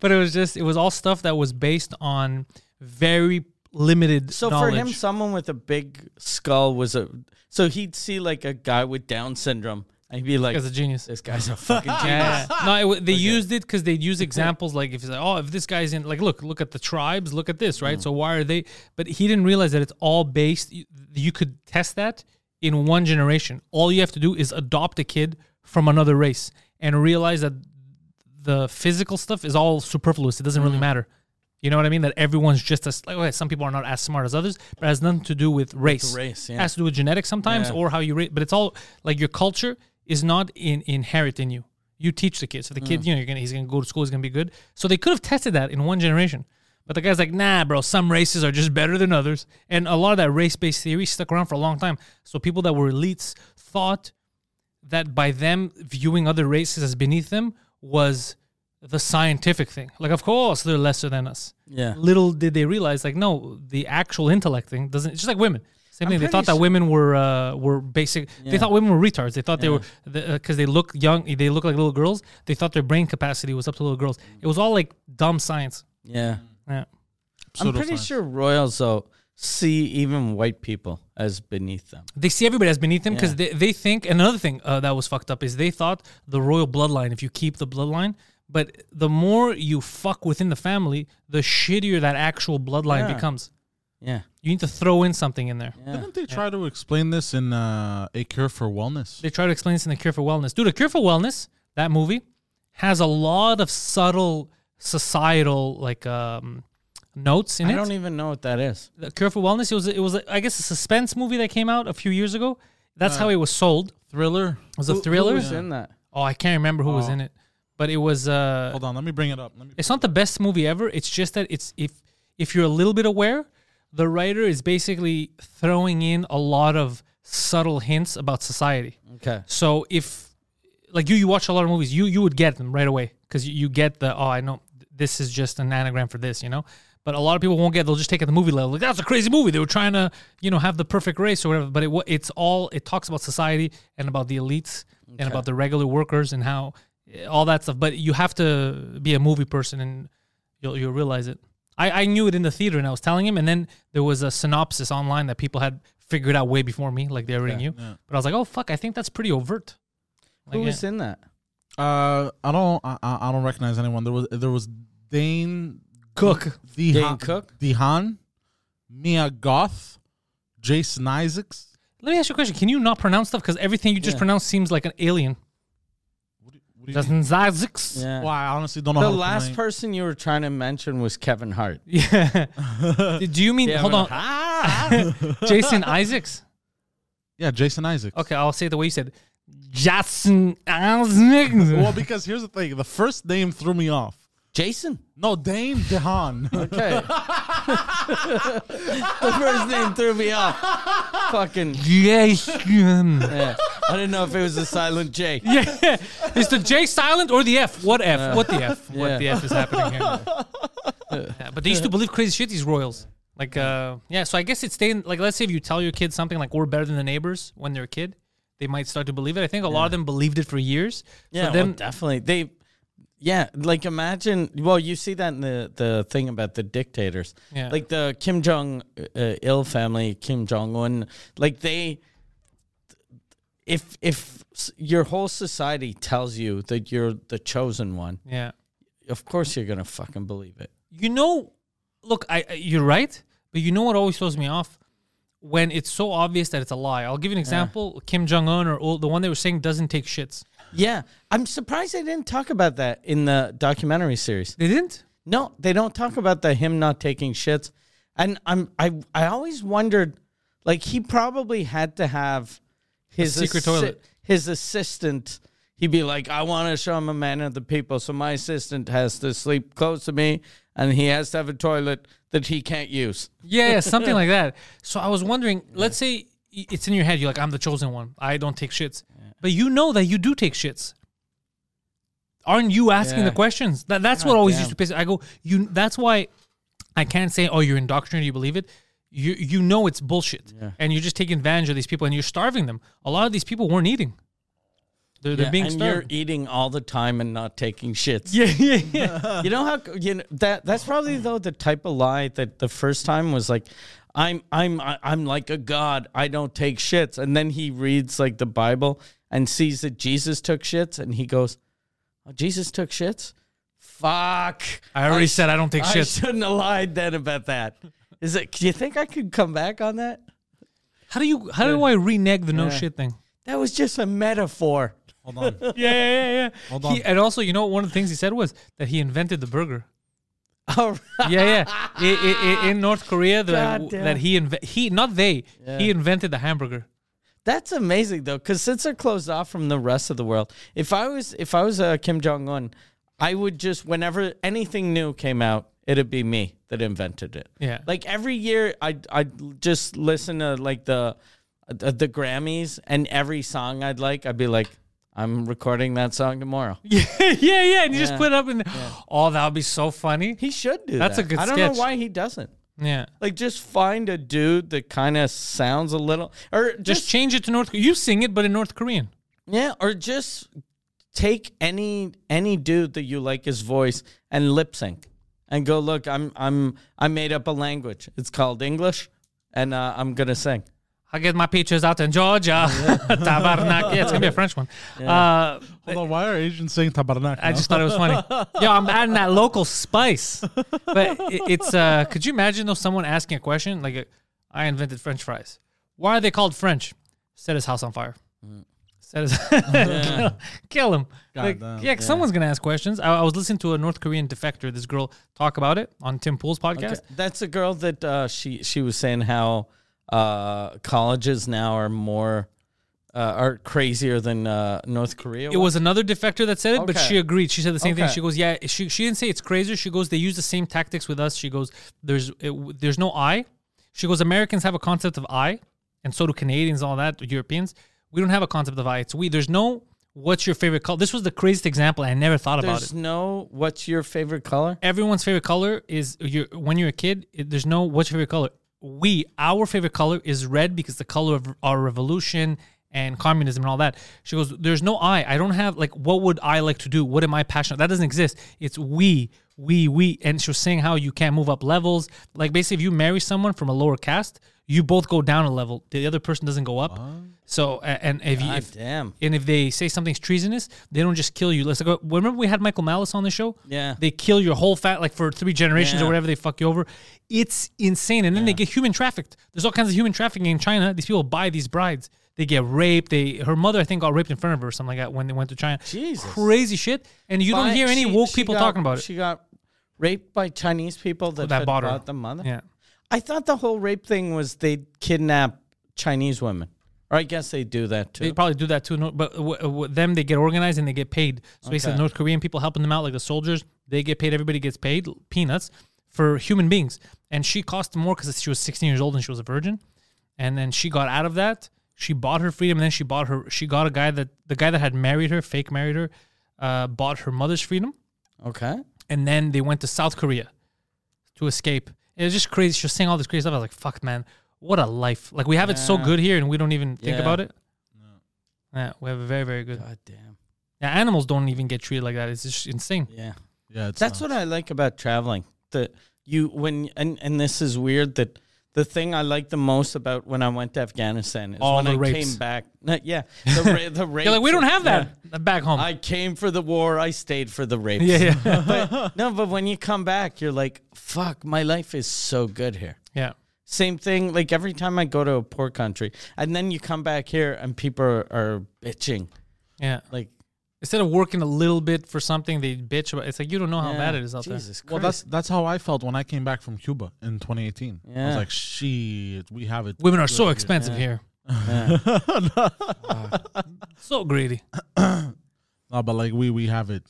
S1: but it was just, it was all stuff that was based on very limited.
S2: So
S1: knowledge.
S2: for him, someone with a big skull was a. So he'd see like a guy with Down syndrome, and he'd be like,
S1: as a genius,
S2: "This guy's a fucking
S1: (laughs)
S2: genius."
S1: Yeah. no, it, w- they used it because they'd use examples like if he's like, oh, if this guy's in, like, look, look at the tribes, look at this, right? So why are they? But he didn't realize that it's all based. You, you could test that in one generation. All you have to do is adopt a kid from another race and realize that the physical stuff is all superfluous. It
S2: Mm-hmm.
S1: doesn't really matter. You know what I mean? That everyone's just as like okay, some people are not as smart as others, but it has nothing to do with race.
S2: race,
S1: It
S2: yeah.
S1: has to do with genetics sometimes or how you raise. But it's all like your culture is not in inherent in you. You teach the kid. So the
S2: Mm.
S1: kid, you know, you're gonna he's gonna go to school. He's gonna be good. So they could have tested that in one generation. But the guy's like, nah, bro. Some races are just better than others, and a lot of that race-based theory stuck around for a long time. So people that were elites thought that by them viewing other races as beneath them was the scientific thing. Like, of course, they're lesser than us.
S2: Yeah.
S1: Little did they realize, like, no, the actual intellect thing doesn't. It's just like women. Same thing. They
S2: pretty
S1: thought that
S2: su-
S1: women were uh, were basic. They thought women were retards. They thought they were because the, uh 'cause they look young. They look like little girls. They thought their brain capacity was up to little girls. It was all like dumb science.
S2: Yeah.
S1: Yeah.
S2: I'm pretty
S3: Pseudoscience.
S2: sure royals though see even white people as beneath them.
S1: They see everybody as beneath them because
S2: Yeah.
S1: they, they think. And another thing uh, that was fucked up is they thought the royal bloodline, if you keep the bloodline, but the more you fuck within the family, the shittier that actual bloodline
S2: Yeah.
S1: becomes.
S2: Yeah.
S1: You need to throw in something in there.
S2: Yeah.
S3: Didn't they try to explain this in uh, A Cure for Wellness?
S1: They try to explain this in The Cure for Wellness. Dude, The Cure for Wellness, that movie, has a lot of subtle societal like um, notes in
S2: I
S1: it.
S2: don't e- even know what that is.
S1: the Cure for Wellness, it was, it was I guess, a suspense movie that came out a few years ago. That's how it was sold. It
S3: Thriller.
S1: was a
S2: Uh, Who-
S1: thriller.
S2: Who was in that?
S1: Oh, I can't remember who was in it, but it was. Uh,
S3: Hold on, let me bring it up. Let me.
S1: it's not the best movie ever. It's just that it's if if you're a little bit aware, the writer is basically throwing in a lot of subtle hints about society.
S2: Okay.
S1: So if like you, you watch a lot of movies, you you would get them right away because you, you get the oh I know this is just an anagram for this, you know. But a lot of people won't get. They'll just take it at the movie level. Like that's a crazy movie. They were trying to you know have the perfect race or whatever. But it wa- it's all it talks about society and about the elites and about the regular workers and how all that stuff. But you have to be a movie person and you'll you'll realize it. I, I knew it in the theater and I was telling him, and then there was a synopsis online that people had figured out way before me, like they already knew. But I was like, oh fuck, I think that's pretty overt.
S2: Who
S1: Like,
S2: was in that?
S3: Uh, I don't. I, I I don't recognize anyone. There was there was Dane
S1: Cook.
S3: Dehan,
S2: Dane Cook?
S3: Dehan, Mia Goth, Jason Isaacs.
S1: Let me ask you a question. Can you not pronounce stuff? Because everything you just
S2: Yeah.
S1: pronounced seems like an alien.
S3: What do you, what do you mean?
S1: Doesn't Zazix?
S2: Yeah.
S3: Well, I honestly don't know.
S2: The
S3: how to
S2: last
S3: pronounce-
S2: person you were trying to mention was Kevin Hart.
S1: (laughs) Yeah. Do you mean, hold on, Jason Isaacs?
S3: Yeah, Jason Isaacs.
S1: Okay, I'll say it the way you said Jason Isaacs.
S2: (laughs)
S3: Well, because here's the thing: the first name threw me off.
S2: Jason.
S3: No, Dane DeHaan.
S1: (laughs)
S2: Okay. the first name threw me off. Fucking.
S1: Jason.
S2: Yeah. I didn't know if it was a silent J.
S1: Yeah. Is the J silent or the F? What F? what the F?
S2: yeah.
S1: Uh, What the F is happening here? (laughs) Yeah, but they used to believe crazy shit, these royals. Like, uh, yeah, so I guess it's staying. Like, let's say if you tell your kid something like we're better than the neighbors when they're a kid, they might start to believe it. I think a lot of them believed it for years.
S2: Yeah,
S1: so
S2: well,
S1: then,
S2: definitely. They, yeah, like imagine. Well, you see that in the the thing about the dictators,
S1: Yeah.
S2: like the Kim Jong uh, Il family, Kim Jong Un. Like they, if if s- your whole society tells you that you're the chosen one,
S1: yeah.
S2: of course you're gonna fucking believe it.
S1: you know, look, I I- you're right, but you know what always throws me off when it's so obvious that it's a lie. I'll give you an example: Kim Jong Un or all- the one they were saying doesn't take shits.
S2: Yeah, I'm surprised they didn't talk about that in the documentary series.
S1: They didn't.
S2: No, they don't talk about the him not taking shits. And I'm I I always wondered like he probably had to have his
S1: secret toilet.
S2: his assistant he'd be like I want to show him a man of the people so my assistant has to sleep close to me and he has to have a toilet that he can't use.
S1: Yeah, yeah,
S2: (laughs)
S1: something like that. So I was wondering. Let's say i- it's in your head. You're like, I'm the chosen one. I don't take shits, but you know that you do take shits. Aren't you asking
S2: Yeah.
S1: the questions? That, that's what always
S2: damn.
S1: used to piss. I go, you. That's why I can't say, oh, you're indoctrinated. You believe it. You you know it's bullshit, and you're just taking advantage of these people, and you're starving them. A lot of these people weren't eating. They're, they're being
S2: and you're
S1: starved.
S2: eating all the time and not taking shits.
S1: Yeah, yeah, yeah.
S2: you know how you know that that's probably though the type of lie that the first time was like i'm i'm I- i'm like a god i don't take shits and then he reads like the bible and sees that jesus took shits and he goes oh, jesus took shits fuck
S1: (laughs) I already said I don't
S2: I
S1: take shits.
S2: shouldn't have lied then about that is it do you think i could come back on that
S1: How do you? How do I renege the no shit thing?
S2: that was just a metaphor
S3: (laughs)
S2: (laughs)
S3: Hold on.
S1: yeah, yeah, yeah.
S3: Hold
S1: Hold
S3: on.
S1: He, and also, you know, one of the things he said was that he invented the burger.
S2: all right
S1: Yeah, yeah. I- I- I- in North Korea, the,
S2: God damn.
S1: that he inve- he not they he invented the hamburger.
S2: That's amazing though, because since they're closed off from the rest of the world, if I was if I was uh, Kim Jong Un, I would just whenever anything new came out, it'd be me that invented it.
S1: Yeah.
S2: like every year, I would I would just listen to like the the, the Grammys, and every song I'd like, I'd be like, I'm recording that song tomorrow.
S1: (laughs) yeah, yeah, yeah. And you just put it up and oh, that would be so funny.
S2: He should do.
S1: That's
S2: that.
S1: a good
S2: I don't
S1: sketch.
S2: know why he doesn't.
S1: Yeah.
S2: Like, just find a dude that kind of sounds a little, or
S1: Just,
S2: just
S1: change it to North. You sing it, but in North Korean.
S2: Yeah, or just take any any dude that you like his voice and lip sync, and go look. I'm I'm I made up a language. It's called English, and uh, I'm gonna sing.
S1: I get my peaches out in Georgia. (laughs) Tabarnak. Yeah, it's gonna be a French one. Uh,
S3: Hold on. Why are Asians saying tabarnak?
S1: I
S3: now?
S1: just thought it was funny. Yo, I'm adding that local spice. But it, it's uh could you imagine though someone asking a question like uh, I invented french fries. Why are they called french? Set his house on fire. Set his kill, (laughs) kill him. Like, yeah,
S3: damn.
S1: 'cause someone's gonna ask questions. I, I was listening to a North Korean defector, this girl talk about it on Tim Pool's podcast.
S2: That's a girl that uh, she she was saying how uh, colleges now are more uh, are crazier than uh, North Korea.
S1: It was another defector that said it, but
S2: Okay.
S1: she agreed. She said the same
S2: Okay.
S1: thing. She goes, "Yeah, she, she didn't say it's crazier. She goes, they use the same tactics with us. She goes, there's it, w- there's no I. She goes, Americans have a concept of I, and so do Canadians, and all that Europeans. We don't have a concept of I. It's we. There's no what's your favorite color. This was the craziest example. I never thought about
S2: There's
S1: it.
S2: no. What's your favorite color?
S1: Everyone's favorite color is your when you're a kid. It, there's no what's your favorite color. We our favorite color is red because the color of our revolution and communism and all that. She goes, there's no I. I don't have like what would I like to do? What am I passionate? That doesn't exist. It's we, we, we. And she was saying how you can't move up levels. Like basically, if you marry someone from a lower caste, you both go down a level. The other person doesn't go up. So a- and if you if,
S2: Ah, damn.
S1: and if they say something's treasonous, they don't just kill you. Let's go. Remember we had Michael Malice on the show.
S2: Yeah.
S1: they kill your whole fat like for three generations
S2: Yeah.
S1: or whatever. They fuck you over. It's insane. And then they get human trafficked. There's all kinds of human trafficking in China. These people buy these brides. They get raped. They her mother I think got raped in front of her or something like that when they went to China.
S2: Jesus.
S1: crazy shit. And you
S2: By-
S1: don't hear any
S2: she-
S1: woke
S2: she
S1: people
S2: got-
S1: talking about it.
S2: She got raped by Chinese people that,
S1: that
S2: had
S1: bought her.
S2: bought the mother.
S1: yeah.
S2: I thought the whole rape thing was they kidnap Chinese women Or I guess they do that too.
S1: They probably do that too. No, but w- w- them, they get organized and they get paid. So he said
S2: Okay.
S1: North Korean people helping them out, like the soldiers, they get paid. Everybody gets paid peanuts for human beings. And she cost more because she was 16 years old and she was a virgin. And then she got out of that. She bought her freedom. And then she bought her. She got a guy that the guy that had married her, fake married her, uh, bought her mother's freedom.
S2: okay.
S1: And then they went to South Korea to escape. It was just crazy. She was saying all this crazy stuff. I was like, "Fuck, man, what a life! Like we have it so
S2: Yeah.
S1: good here, and we don't even think
S2: Yeah.
S1: about it." Yeah, we have a very, very good.
S2: God damn.
S1: Yeah, animals don't even get treated like that. It's just insane.
S2: Yeah.
S3: Yeah, it's
S2: That's
S3: uh,
S2: what I like about traveling. The you when and and this is weird that the thing I like the most about when I went to Afghanistan is
S1: All
S2: when
S1: the
S2: I
S1: rapes.
S2: came back. No, yeah, the ra-
S1: (laughs)
S2: the rape.
S1: You're like, we don't have that back home.
S2: I came for the war. I stayed for the
S1: (laughs)
S2: rapes.
S1: yeah,
S2: (laughs)
S1: yeah,
S2: But, no, but when you come back, you're like, fuck, my life is so good here.
S1: yeah.
S2: Same thing. Like every time I go to a poor country, and then you come back here, and people are, are bitching.
S1: Yeah.
S2: Like
S1: Instead of working a little bit for something, they bitch about. It's like you don't know how
S2: yeah,
S1: bad it is out
S2: Jesus
S3: Well,
S2: Christ.
S3: that's that's how I felt when I came back from Cuba in 2018. I was
S2: Yeah.
S3: like, "Shit, we have it."
S1: there. Women are so expensive here,
S3: (laughs)
S1: so greedy.
S3: No, but like we we have it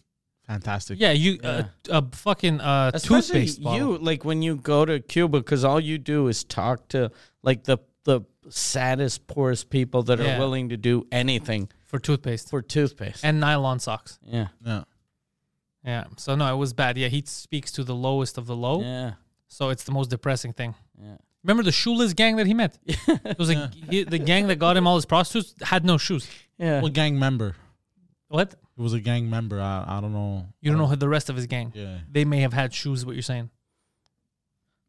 S3: fantastic.
S1: Yeah, you uh, a fucking uh,
S2: especially
S1: toothpaste bottle.
S2: you like when you go to cuba because all you do is talk to like the the saddest poorest people that
S1: Yeah.
S2: are willing to do anything
S1: for toothpaste
S2: for toothpaste
S1: and nylon socks.
S2: yeah
S3: yeah.
S1: Yeah. So no, it was bad. Yeah, he speaks to the lowest of the
S3: Oh.
S1: low.
S2: yeah
S1: So it's the most depressing thing.
S2: Yeah.
S1: Remember the shoeless gang that he
S2: (laughs)
S1: met? It was a, he- the gang that got him all his prostitutes had no shoes.
S2: yeah
S3: (laughs) Well, gang member.
S1: What?
S3: It was a gang member. I, I don't know.
S1: You don't know who the rest of his gang.
S3: Yeah.
S1: They may have had shoes. What you're saying?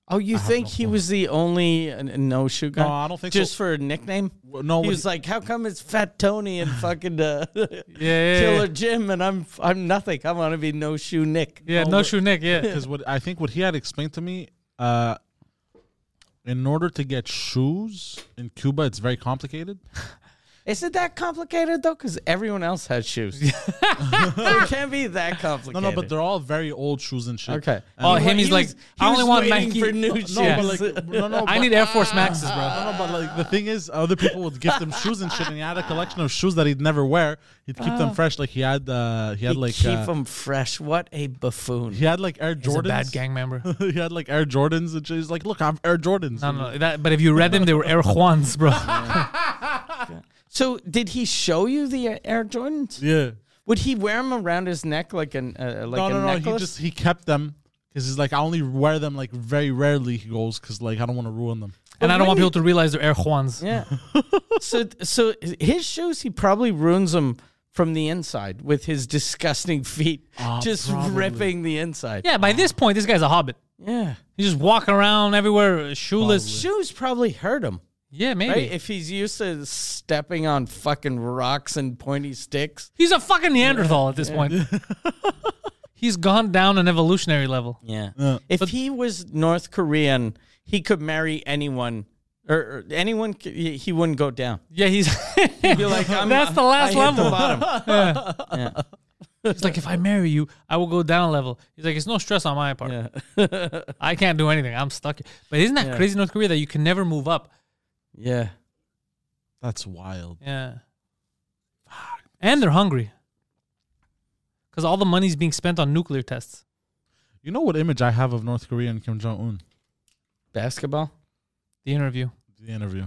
S2: oh you
S3: I have
S2: think
S3: no
S2: he
S3: clue.
S2: was the only uh, no shoe guy
S3: No, I don't think
S2: just
S3: so.
S2: for a nickname
S3: Well, no,
S2: he
S3: when-
S2: was like how come it's fat tony and fucking uh, (laughs)
S1: Yeah.
S2: killer jim and i'm i'm nothing i want to be no shoe nick
S1: Yeah, no shoe Nick. Yeah,
S3: because what I think what he had explained to me, uh, in order to get shoes in Cuba, it's very complicated.
S2: Is it that complicated though? Because everyone else has shoes. it can't be that
S3: No,
S2: complicated.
S3: no, but they're all very old shoes and shit.
S2: okay.
S3: And-
S1: Oh, him, he's
S2: He
S1: like,
S2: was-
S1: I
S2: he
S1: only
S2: was
S1: want
S2: waiting
S1: Nike.
S2: for new
S1: No,
S2: shoes.
S3: no,
S2: (laughs)
S3: but like, no, no,
S1: I
S3: but-
S1: need Air Force Maxes, bro.
S2: Ah,
S3: No, no, but like the thing is, other people would gift him shoes and shit, and he had a collection of shoes that he'd never wear. He'd keep
S1: Ah.
S3: them fresh. Like he had, uh, he had
S2: He
S3: like,
S2: keep
S3: uh,
S2: them fresh. What a buffoon!
S3: he had like Air
S1: He's a bad
S3: Jordans.
S1: gang
S2: (laughs)
S1: member.
S3: (laughs) he had like Air Jordans, and shit. he's like, look, I'm Air Jordans.
S1: No, no, that. But if you read them, they were Air Juans,
S2: (laughs)
S1: bro.
S2: So, did he show you the Air Jordans?
S3: Yeah.
S2: Would he wear them around his neck like an uh, like
S3: no,
S2: a
S3: no, no.
S2: necklace?
S3: He just he kept them because he's like, I only wear them like very rarely. He goes because like I don't want to ruin them.
S1: and I don't want
S2: really-
S1: people to realize they're Air Juans.
S2: yeah. so, so his shoes, he probably ruins them from the inside with his disgusting feet, just ripping the inside.
S1: Yeah. By this point, this guy's a hobbit.
S2: yeah.
S1: He's just walking around everywhere, shoeless.
S2: Shoes probably hurt him.
S1: Yeah, maybe.
S2: Right? If he's used to stepping on fucking rocks and pointy sticks.
S1: He's a fucking Neanderthal at this
S2: (laughs)
S1: point. He's gone down an evolutionary level.
S2: Yeah. If he was North Korean, he could marry anyone. Or, or anyone, c- he he wouldn't
S1: (laughs)
S2: go down.
S1: Yeah, he's
S2: Be like,
S1: (laughs)
S2: I'm,
S1: That's the
S2: I
S1: last
S2: hit
S1: level.
S2: The bottom.
S1: he's like, if I marry you, I will go down a level. He's like, it's no stress on my part. (laughs) I can't do anything. I'm stuck. here." But isn't that crazy, North Korea, that you can never move up?
S2: Yeah.
S3: That's wild.
S1: Yeah. And they're hungry. Because all the money's being spent on nuclear tests.
S3: You know what image I have of North Korea and Kim Jong Un?
S2: Basketball?
S1: The interview.
S3: The interview.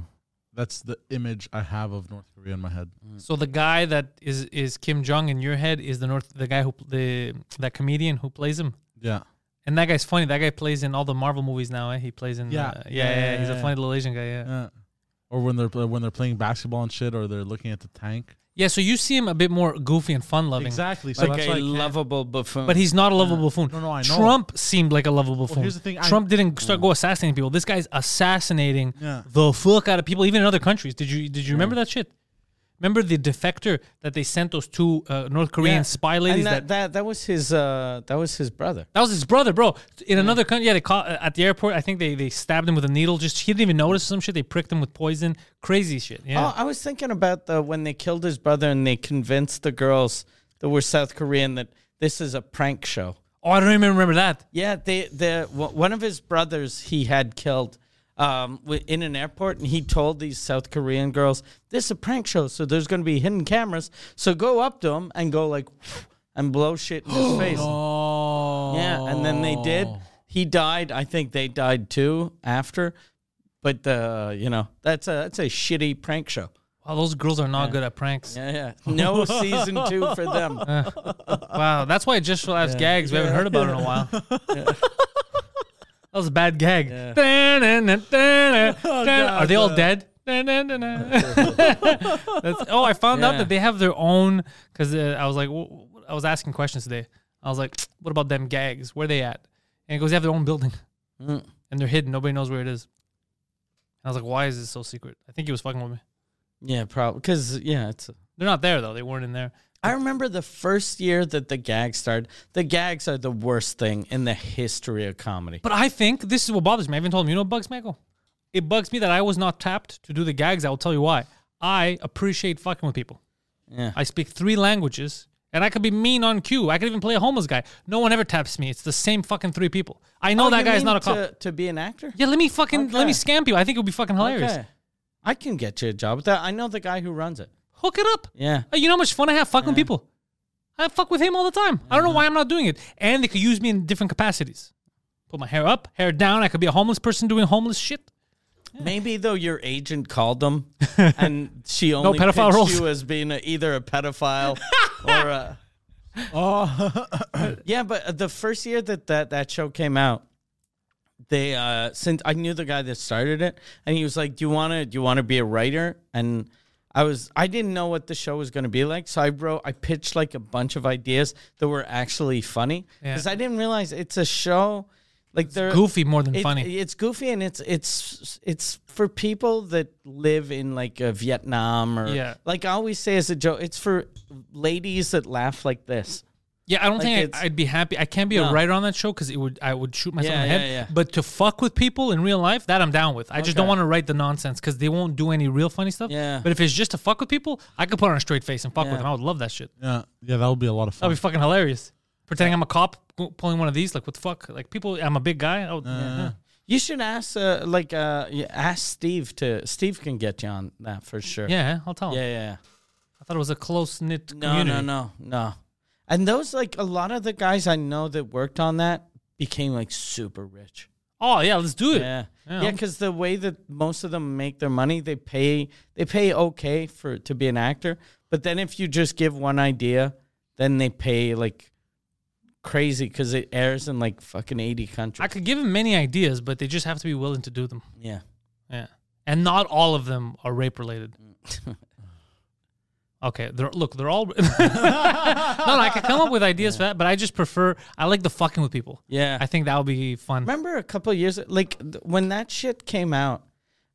S3: That's the image I have of North Korea in my head.
S1: So the guy that is is Kim Jong in your head is the North the guy who pl- the that comedian who plays him.
S3: Yeah.
S1: And that guy's funny. That guy plays in all the Marvel movies now. Eh? He plays in.
S3: Yeah.
S1: uh, yeah, yeah, yeah, He's a funny little Asian guy. Yeah. yeah.
S3: Yeah. Or when they're when they're playing basketball and shit, or they're looking at the tank.
S1: So you see him a bit more goofy and fun loving.
S3: Exactly. So
S2: Like
S3: that's
S2: a
S3: why I can't-
S2: lovable buffoon.
S1: But he's not a lovable buffoon.
S3: No, no, I know.
S1: Trump seemed like a lovable buffoon.
S3: here's the thing, I- Hmm.
S1: Trump didn't start go assassinating people. This guy's assassinating
S3: Yeah. Hmm.
S1: the fuck out of people, even in other countries. Did you did you remember that shit? Remember the defector that they sent those two uh, North Korean
S2: Yeah.
S1: spy
S2: and
S1: ladies that,
S2: that, that, that was his uh, that was his brother.
S1: That was his brother, bro. In another country, yeah, they caught uh, at the airport. I think they they stabbed him with a needle. Just he didn't even notice some shit. They pricked him with poison. Crazy shit. Yeah.
S2: Oh, I was thinking about the when they killed his brother and they convinced the girls that were South Korean that this is a prank show.
S1: Oh, I don't even remember that.
S2: Yeah, they the w- one of his brothers he had killed, um, wi- in an airport, and he told these South Korean girls, "This is a prank show, so there's going to be hidden cameras. So go up to him and go like, (sniffs) and blow shit in his face."
S3: Oh.
S2: Yeah, and then they did. He died. I think they died too after. But uh, you know, that's a that's a shitty prank show.
S1: Wow, those girls are not good at pranks.
S2: Yeah, yeah. No season two for them.
S1: (laughs) Wow, that's why it just laughs gags we haven't heard about in a while. that (laughs) was a bad gag. Dun-dun-dun, dun-dun, dun. Are they all dead? Dun-dun-dun-dun. (laughs) That's- oh, I found out
S2: Yeah.
S1: that they have their own. Because uh, I was like, w- w- I was asking questions today. I was like, what about them gags? Where they at? And it goes, they have their own building, and they're hidden. Nobody knows where it is. And I was like, why is this so secret? I think he was fucking with me.
S2: Yeah, probably because yeah, it's.
S1: They're not there though. They weren't in there.
S2: I remember the first year that the gags started. The gags are the worst thing in the history of comedy.
S1: But I think this is what bothers me. I even told him, you know, what bugs Michael. It bugs me that I was not tapped to do the gags. I will tell you why. I appreciate fucking with people.
S2: Yeah.
S1: I speak three languages, and I could be mean on cue. I could even play a homeless guy. No one ever taps me. It's the same fucking three people. I know that
S2: Oh, you
S1: guy's
S2: mean
S1: not a cop.
S2: To, to be an actor.
S1: yeah, let me fucking let me
S2: Okay.
S1: scam people. I think it would be fucking hilarious.
S2: Okay. I can get you a job with that. I know the guy who runs it.
S1: Hook it up.
S2: Yeah.
S1: Uh, You know how much fun I have fucking with people. I fuck with him all the time. I don't know why I'm not doing it. And they could use me in different capacities. Put my hair up, hair down. I could be a homeless person doing homeless shit.
S2: Maybe though your agent called
S1: (laughs)
S2: them, and she only
S1: pedophile
S2: pitched
S1: roles.
S2: you as being a, either
S1: (laughs)
S2: a pedophile or a. Oh. (coughs) yeah, but the first year that that, that show came out, they uh since I knew the guy that started it, and he was like, "Do you want to? Do you want to be a writer?" And I was I didn't know what the show was going to be like, so I wrote I pitched like a bunch of ideas that were actually funny
S1: Yeah.
S2: because I didn't realize it's a show. Like they're
S1: Goofy more than
S2: it-
S1: funny.
S2: It's goofy and it's it's it's for people that live in like uh, Vietnam or
S1: Yeah.
S2: like I always say as a joke, it's for ladies that laugh like this.
S1: Yeah, I don't
S2: Like
S1: think
S2: it's-
S1: I, I'd be happy. I can't be a
S2: No.
S1: writer on that show because it would I would shoot myself
S2: Yeah,
S1: in the head.
S2: yeah, yeah.
S1: But to fuck with people in real life, that I'm down with. I just don't
S2: Okay.
S1: want to write the nonsense because they won't do any real funny stuff.
S2: Yeah.
S1: But if it's just to fuck with people, I could put on a straight face and fuck with
S2: Yeah. Oh.
S1: them. I would love that shit.
S3: Yeah, yeah, that would be a lot of fun.
S1: That'd be fucking hilarious. Pretending I'm a cop go- pulling one of these, like what the fuck? Like people, I'm a big guy. I
S2: Uh,
S1: would- yeah.
S2: You should ask uh, like uh you ask Steve to Steve can get you on that for sure.
S1: yeah, I'll tell him.
S2: Yeah, yeah. yeah.
S1: I thought it was a close knit
S2: No,
S1: community.
S2: no, no, no. And those like a lot of the guys I know that worked on that became like super rich.
S1: Oh yeah, let's do it.
S2: (laughs) Yeah.
S1: Yeah.
S2: Yeah, because the way that most of them make their money, they pay they pay okay for to be an actor, but then if you just give one idea, then they pay like crazy because it airs in like fucking eighty countries.
S1: I could give him many ideas, but they just have to be willing to do them.
S2: yeah,
S1: Yeah. And not all of them are rape
S2: (laughs)
S1: related. okay. They're, look, they're all. (laughs) no, no, I could come up with ideas for that, but I just prefer, I like the fucking with people.
S2: yeah.
S1: I think that would be fun.
S2: Remember a couple of years like th- when that shit came out,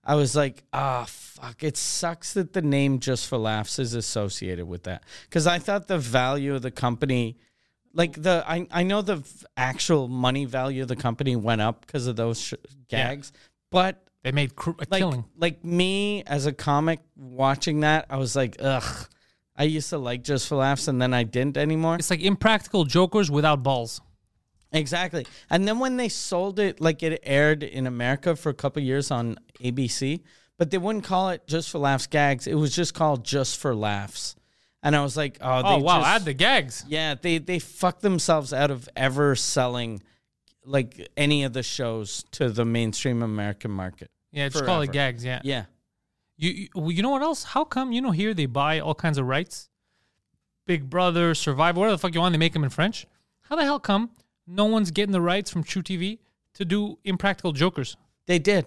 S2: I was like, ah, fuck. It sucks that the name Just for Laughs is associated with that because I thought the value of the company, like the I I know the f- actual money value of the company went up because of those sh- gags, but
S1: They made cr- a
S2: like
S1: killing.
S2: like me as a comic watching that, I was like, ugh. I used to like Just for Laughs, and then I didn't anymore.
S1: It's like impractical jokers without balls.
S2: Exactly. And then when they sold it, like it aired in America for a couple years on ABC, but they wouldn't call it Just for Laughs Gags. It was just called Just for Laughs. And I was like, oh, they
S1: Oh, wow.
S2: just-
S1: Add the gags.
S2: yeah, they, they fucked themselves out of ever selling like any of the shows to the mainstream American market.
S1: Yeah, just call it
S2: Forever.
S1: gags. Yeah.
S2: Yeah.
S1: You, you, well, you know what else? How come, you know, here they buy all kinds of rights? Big Brother, Survivor, whatever the fuck you want, they make them in French. How the hell come no one's getting the rights from True TV to do impractical jokers?
S2: They did.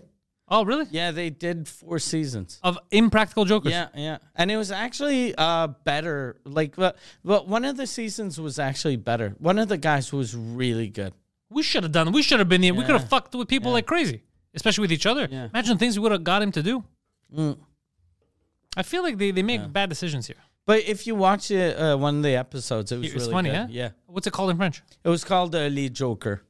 S1: Oh, really?
S2: Yeah, they did four seasons.
S1: Of impractical (laughs) jokers.
S2: Yeah, yeah. And it was actually uh, better. Like, well, well, one of the seasons was actually better. One of the guys was really good.
S1: We should have done. We should have been here. We could have fucked with people like crazy, especially with each other.
S2: Yeah. Mm.
S1: Imagine things we would have got him to do. I feel like they, they make bad decisions here.
S2: But if you watch it, uh, one of the episodes, it was
S1: It's
S2: really
S1: funny, yeah?
S2: good. Yeah,
S1: What's it called in French?
S2: it was called uh, Le Joker,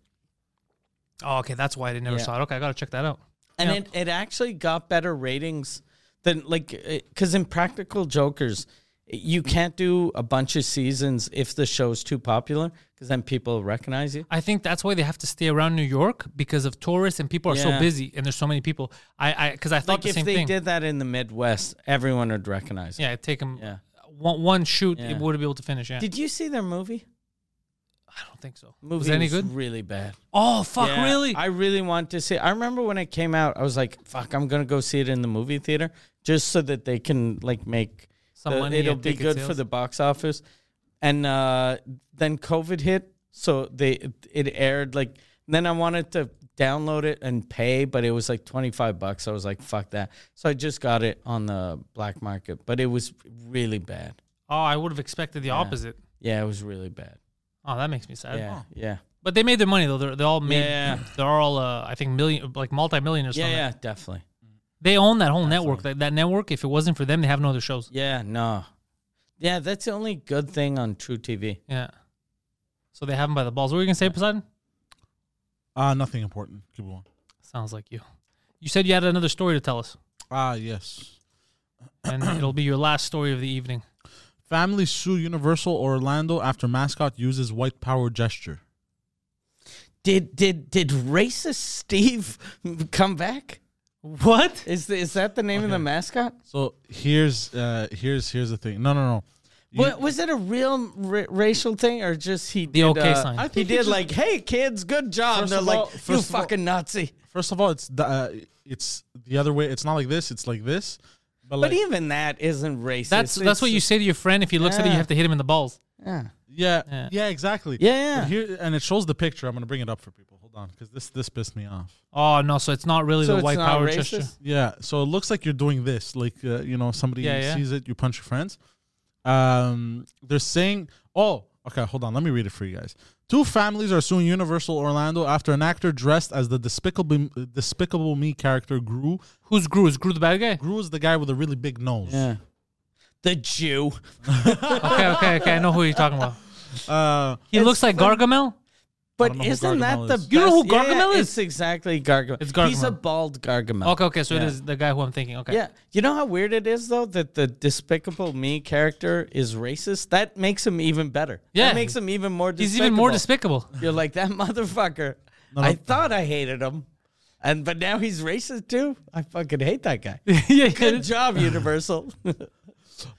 S1: Oh, okay. That's why they never
S2: Yeah.
S1: saw it. Okay, I gotta check that out.
S2: and
S1: Yeah.
S2: it, it actually got better ratings than like because in uh, Practical Jokers, You can't do a bunch of seasons if the show's too popular because then people recognize you.
S1: I think that's why they have to stay around New York because of tourists and people are so
S2: Yeah.
S1: busy and there's so many people. I I because I thought
S2: Like
S1: the
S2: if
S1: same
S2: they
S1: thing.
S2: did that in the Midwest, everyone would recognize. you.
S1: yeah, it'd take them
S2: Yeah.
S1: one one shoot.
S2: Yeah.
S1: It would be able to finish. Yeah,
S2: Did you see their movie?
S1: I don't think so.
S2: Movie
S1: was it any good?
S2: Really bad.
S1: oh fuck!
S2: Yeah,
S1: really?
S2: I really want to see. It. I remember when it came out, I was like, "Fuck, I'm gonna go see it in the movie theater just so that they can like make
S1: Some
S2: the-
S1: money
S2: uh, It'll
S1: and
S2: be
S1: ticket
S2: good for
S1: sales.
S2: the box office." And uh, then COVID hit, so they it aired like. Then I wanted to download it and pay, but it was like twenty five bucks. I was like, "Fuck that!" So I just got it on the black market, but it was really bad.
S1: oh, I would have expected the opposite.
S2: Yeah, it was really bad.
S1: Oh, that makes me sad.
S2: Yeah, yeah,
S1: But they made their money though. They're, they all made.
S2: Yeah.
S1: They're all uh, I think million like multi-millionaires.
S2: yeah,
S1: from it.
S2: yeah, definitely.
S1: They own that whole network. That, that network. If it wasn't for them, they have no other shows.
S2: Yeah, no. Yeah, that's the only good thing on True TV.
S1: Yeah. So they have them by the balls. What were you gonna say, Poseidon?
S3: Uh, nothing important. Keep going.
S1: Sounds like you. You said you had another story to tell us,
S3: Ah, yes.
S1: and
S2: (coughs)
S1: it'll be your last story of the evening.
S3: Family sue Universal Orlando after mascot uses white power gesture.
S2: Did did did racist Steve (laughs) come back?
S1: What?
S2: Is the, is that the name of the mascot?
S3: So here's uh here's here's the thing. No, no, no. You-
S2: What, was it a real ra- racial thing or just he did
S1: okay
S2: uh,
S1: sign. I
S2: He
S3: think he
S2: did
S3: just-
S2: like, "Hey kids, good job."
S3: First
S2: They're
S3: of
S2: like,
S3: all-
S2: "You
S3: first of all-
S2: fucking Nazi."
S3: First of all, it's the uh, it's the other way. It's not like this. It's like this. But like
S2: but even that isn't racist.
S1: That's that's what you
S2: It's-
S1: say to your friend if he looks at you. You
S2: Yeah.
S1: have to hit him in the balls.
S2: Yeah.
S3: yeah,
S1: Yeah.
S3: yeah, exactly.
S2: Yeah,
S3: But
S2: yeah.
S3: here and it shows the picture. I'm gonna bring it up for people. Hold on, because this this pissed me off.
S1: Oh no! So it's not really
S2: So
S1: the
S2: it's
S1: white
S2: not
S1: power
S2: racist?
S1: gesture.
S3: Yeah. So it looks like you're doing this. Like uh, you know, somebody
S1: Yeah, yeah.
S3: sees it, you punch your friends. Um, they're saying, "Oh, okay, hold on. Let me read it for you guys." Two families are suing Universal Orlando after an actor dressed as the Despicable Despicable Me character Gru.
S1: Who's Gru? Is Gru the bad
S2: (laughs)
S1: guy?
S3: Gru is the guy with a really big nose.
S2: Yeah. The Jew.
S1: Okay, okay, okay. I know who you're talking about.
S3: Uh,
S1: He looks like Gargamel.
S3: don't
S2: But
S3: know who
S2: isn't that
S3: Gargamel
S2: the
S3: is.
S1: You know who
S2: best- yeah, yeah,
S1: Gargamel is?
S2: It's exactly Gargamel.
S1: It's
S2: He's a
S1: Gargamel.
S2: bald Gargamel.
S1: Oh, Okay, okay. So it
S2: Yeah.
S1: is the guy who I'm thinking. Okay.
S2: Yeah. You know how weird it is though that the despicable me character is racist? That makes him even better.
S1: Yeah.
S2: That makes him even more
S1: He's
S2: despicable.
S1: even more despicable. (laughs)
S2: You're like that motherfucker. I thought I hated him. And but now he's racist too. I fucking hate that
S1: (laughs)
S2: guy.
S1: yeah.
S2: Good job,
S1: (laughs)
S2: Universal.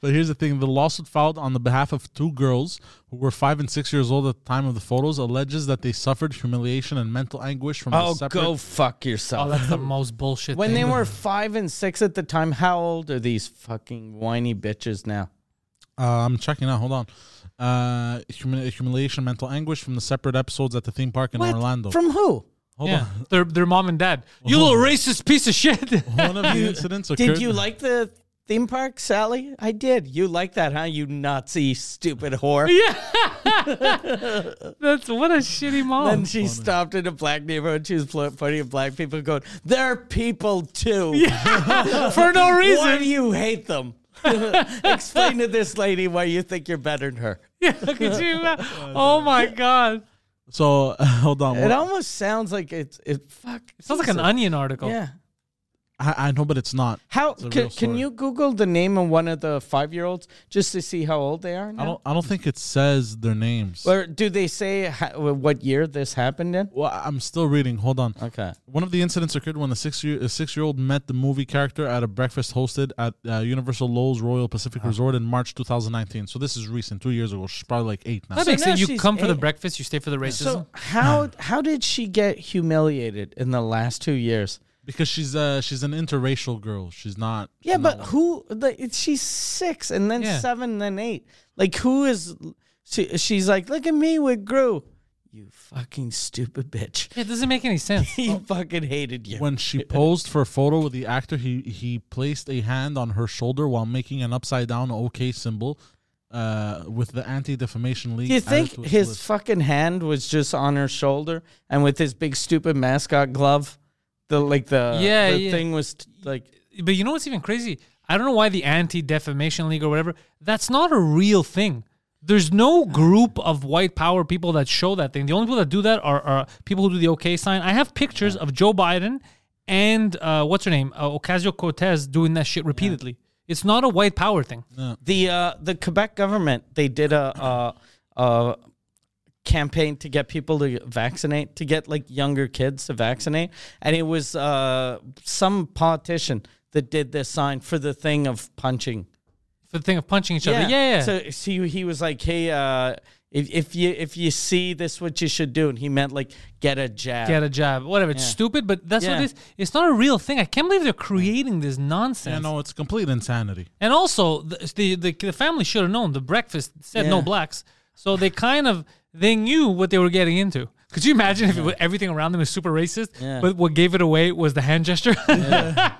S3: But here's the thing: the lawsuit filed on the behalf of two girls who were five and six years old at the time of the photos alleges that they suffered humiliation and mental anguish from.
S2: oh,
S3: the separate,
S2: go fuck
S1: Oh,
S2: yourself.
S1: that's the most bullshit.
S2: when
S1: thing.
S2: they were five and six at the time, how old are these fucking whiny bitches now?
S3: Uh, I'm checking out. Hold on. Uh, humili- humiliation, mental anguish from the separate episodes at the theme park in
S2: What?
S3: Orlando.
S2: From who?
S3: hold
S1: yeah,
S2: Oh.
S1: their their mom and dad. You little racist piece of shit. (laughs)
S3: on. (laughs) One of the incidents occurred.
S2: Did you like the theme park, Sally? I did. You like that, huh? You Nazi stupid whore.
S1: that's what a shitty mom.
S2: And she stopped in a black neighborhood. She was pl- plenty of black people going, they're people
S1: (laughs)
S2: too.
S1: for no
S2: Why
S1: reason.
S2: do you hate them? (laughs) Explain to this lady why you think you're better than her.
S1: (laughs) Yeah, look at you.
S2: (laughs)
S1: Oh my god.
S3: So (laughs) hold on.
S2: It
S3: Well,
S2: almost sounds like it's it. Fuck,
S1: It sounds like an onion article.
S2: Yeah.
S3: I, I know, but it's not.
S2: How
S3: It's a
S2: can,
S3: real
S2: can
S3: story.
S2: you Google the name of one of the five year olds just to see how old they are
S3: I don't.
S2: now?
S3: I don't think it says their names.
S2: Or do they say ho- what year this happened in?
S3: Well, I'm still reading. Hold on.
S2: Okay.
S3: One of the incidents occurred when the six year a six year old met the movie character at a breakfast hosted at uh, Universal Lowes Royal Pacific
S2: Ah.
S3: Resort in March 2019. So this is recent, two years ago. She's probably like eight now.
S1: That makes
S2: now
S1: sense. You
S2: she's
S1: come for the
S2: eight.
S1: breakfast, you stay for the racism.
S2: So how how did she get humiliated in the last two years?
S3: because she's uh she's an interracial girl. She's not.
S2: Yeah, but who? Like, it's- she's six, and then
S1: Yeah.
S2: seven, and then eight. Like, who is? She, she's like, look at me with Gru. You fucking stupid bitch. (laughs)
S1: yeah, it doesn't make any sense.
S2: He fucking hated you.
S3: When she posed for a photo with the actor, he he placed a hand on her shoulder while making an upside down OK symbol, uh, with the Anti Defamation League.
S2: Do you
S3: added
S2: think
S3: to its
S2: his
S3: list.
S2: fucking hand was just on her shoulder, and with his big stupid mascot glove, the like the
S1: Yeah,
S2: the
S1: yeah.
S2: thing was t- like
S1: But you know what's even crazy? I don't know why the Anti Defamation League or whatever, that's not a real thing. There's no group of white power people that show that thing. The only people that do that are, are people who do the OK sign. I have pictures of Joe Biden and uh, what's her name? Uh, Ocasio Cortez doing that shit repeatedly. It's not a white power thing.
S2: The uh, the Quebec government they did a, a, a campaign to get people to vaccinate, to get like younger kids to vaccinate, and it was uh, some politician that did this sign for the thing of punching.
S1: For the thing of punching each other. Yeah, yeah.
S2: So, so he- he was like, "Hey, uh, if if you if you see this, what you should do," and he meant like get a jab.
S1: Get a job. Whatever. It's stupid, but that's what
S2: Yeah.
S1: it is. It's not a real thing. I can't believe they're creating this nonsense.
S3: Yeah, no, it's complete insanity.
S1: And also, the the, the, the family should have known. The breakfast said no
S2: Yeah.
S1: blacks, so they kind of they knew what they were getting into. Could you imagine if it was, everything around them is super racist,
S2: Yeah.
S1: but what gave it away was the hand gesture? (laughs)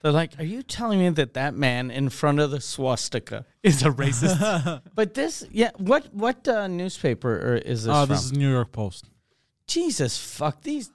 S2: They're like, "Are you telling me that that man in front of the swastika?"
S1: it's a racist.
S2: (laughs) But this, yeah, what what uh, newspaper is this
S1: Oh,
S3: Uh,
S2: from?
S3: this is New York Post.
S2: Jesus, fuck these.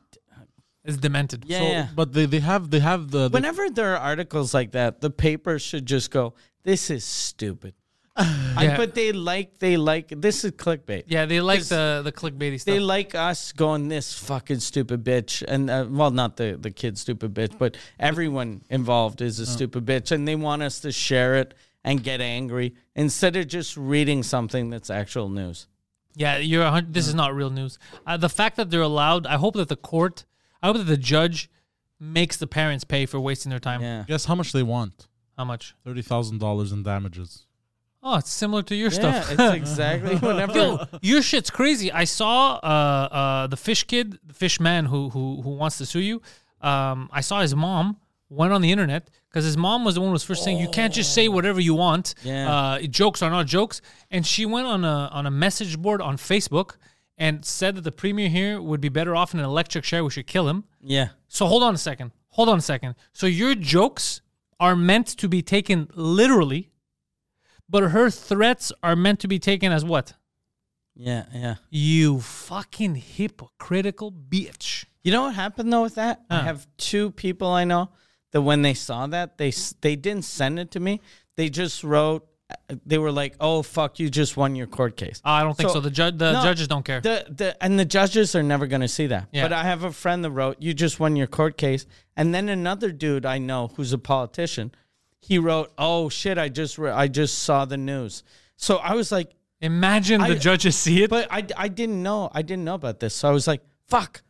S1: It's demented.
S2: Yeah,
S3: So-
S2: yeah.
S3: But they, they have they have the, the
S2: Whenever there are articles like that, the paper should just go, "This is (sighs) stupid." I-
S1: Yeah.
S2: but they like they like this is clickbait.
S1: Yeah, they like the the clickbaity stuff.
S2: They like us going this fucking stupid bitch, and uh, well, not the the kid stupid bitch, but everyone involved is a stupid bitch, and they want us to share it and get angry instead of just reading something that's actual news.
S1: Yeah, you're. a hun- This
S2: Mm.
S1: is not real news. Uh, the fact that they're allowed, I hope that the court, I hope that the judge makes the parents pay for wasting their time.
S2: Yeah,
S3: guess how much they want
S1: How much?
S3: thirty thousand dollars in damages.
S1: Oh, it's similar to your
S2: yeah,
S1: stuff.
S2: it's (laughs) exactly whenever.
S1: Yo, your shit's crazy. I saw uh, uh, the fish kid, the fish man who who who wants to sue you. Um, I saw his mom went on the internet because his mom was the one who was first saying you can't just say whatever you want.
S2: Yeah.
S1: Uh, jokes are not jokes, and she went on a on a message board on Facebook and said that the premier here would be better off in an electric chair. We should kill him.
S2: yeah,
S1: So hold on a second. Hold on a second. So your jokes are meant to be taken literally, but her threats are meant to be taken as what?
S2: yeah, yeah.
S1: You fucking hypocritical bitch.
S2: You know what happened though with that? I have two people I know that when they saw that they s- they didn't send it to me. They just wrote. They were like, "Oh fuck, you just won your court case."
S1: Oh, I don't think so. The judge, the
S2: No,
S1: judges don't care.
S2: The, the and the judges are never going to see that.
S1: Yeah.
S2: But I have a friend that wrote, "You just won your court case," and then another dude I know who's a politician, he wrote, "Oh shit, I just re- I just saw the news." So I was like,
S1: Imagine the
S2: I-
S1: judges see it.
S2: but I, I didn't know I didn't know about this. So I was like, fuck.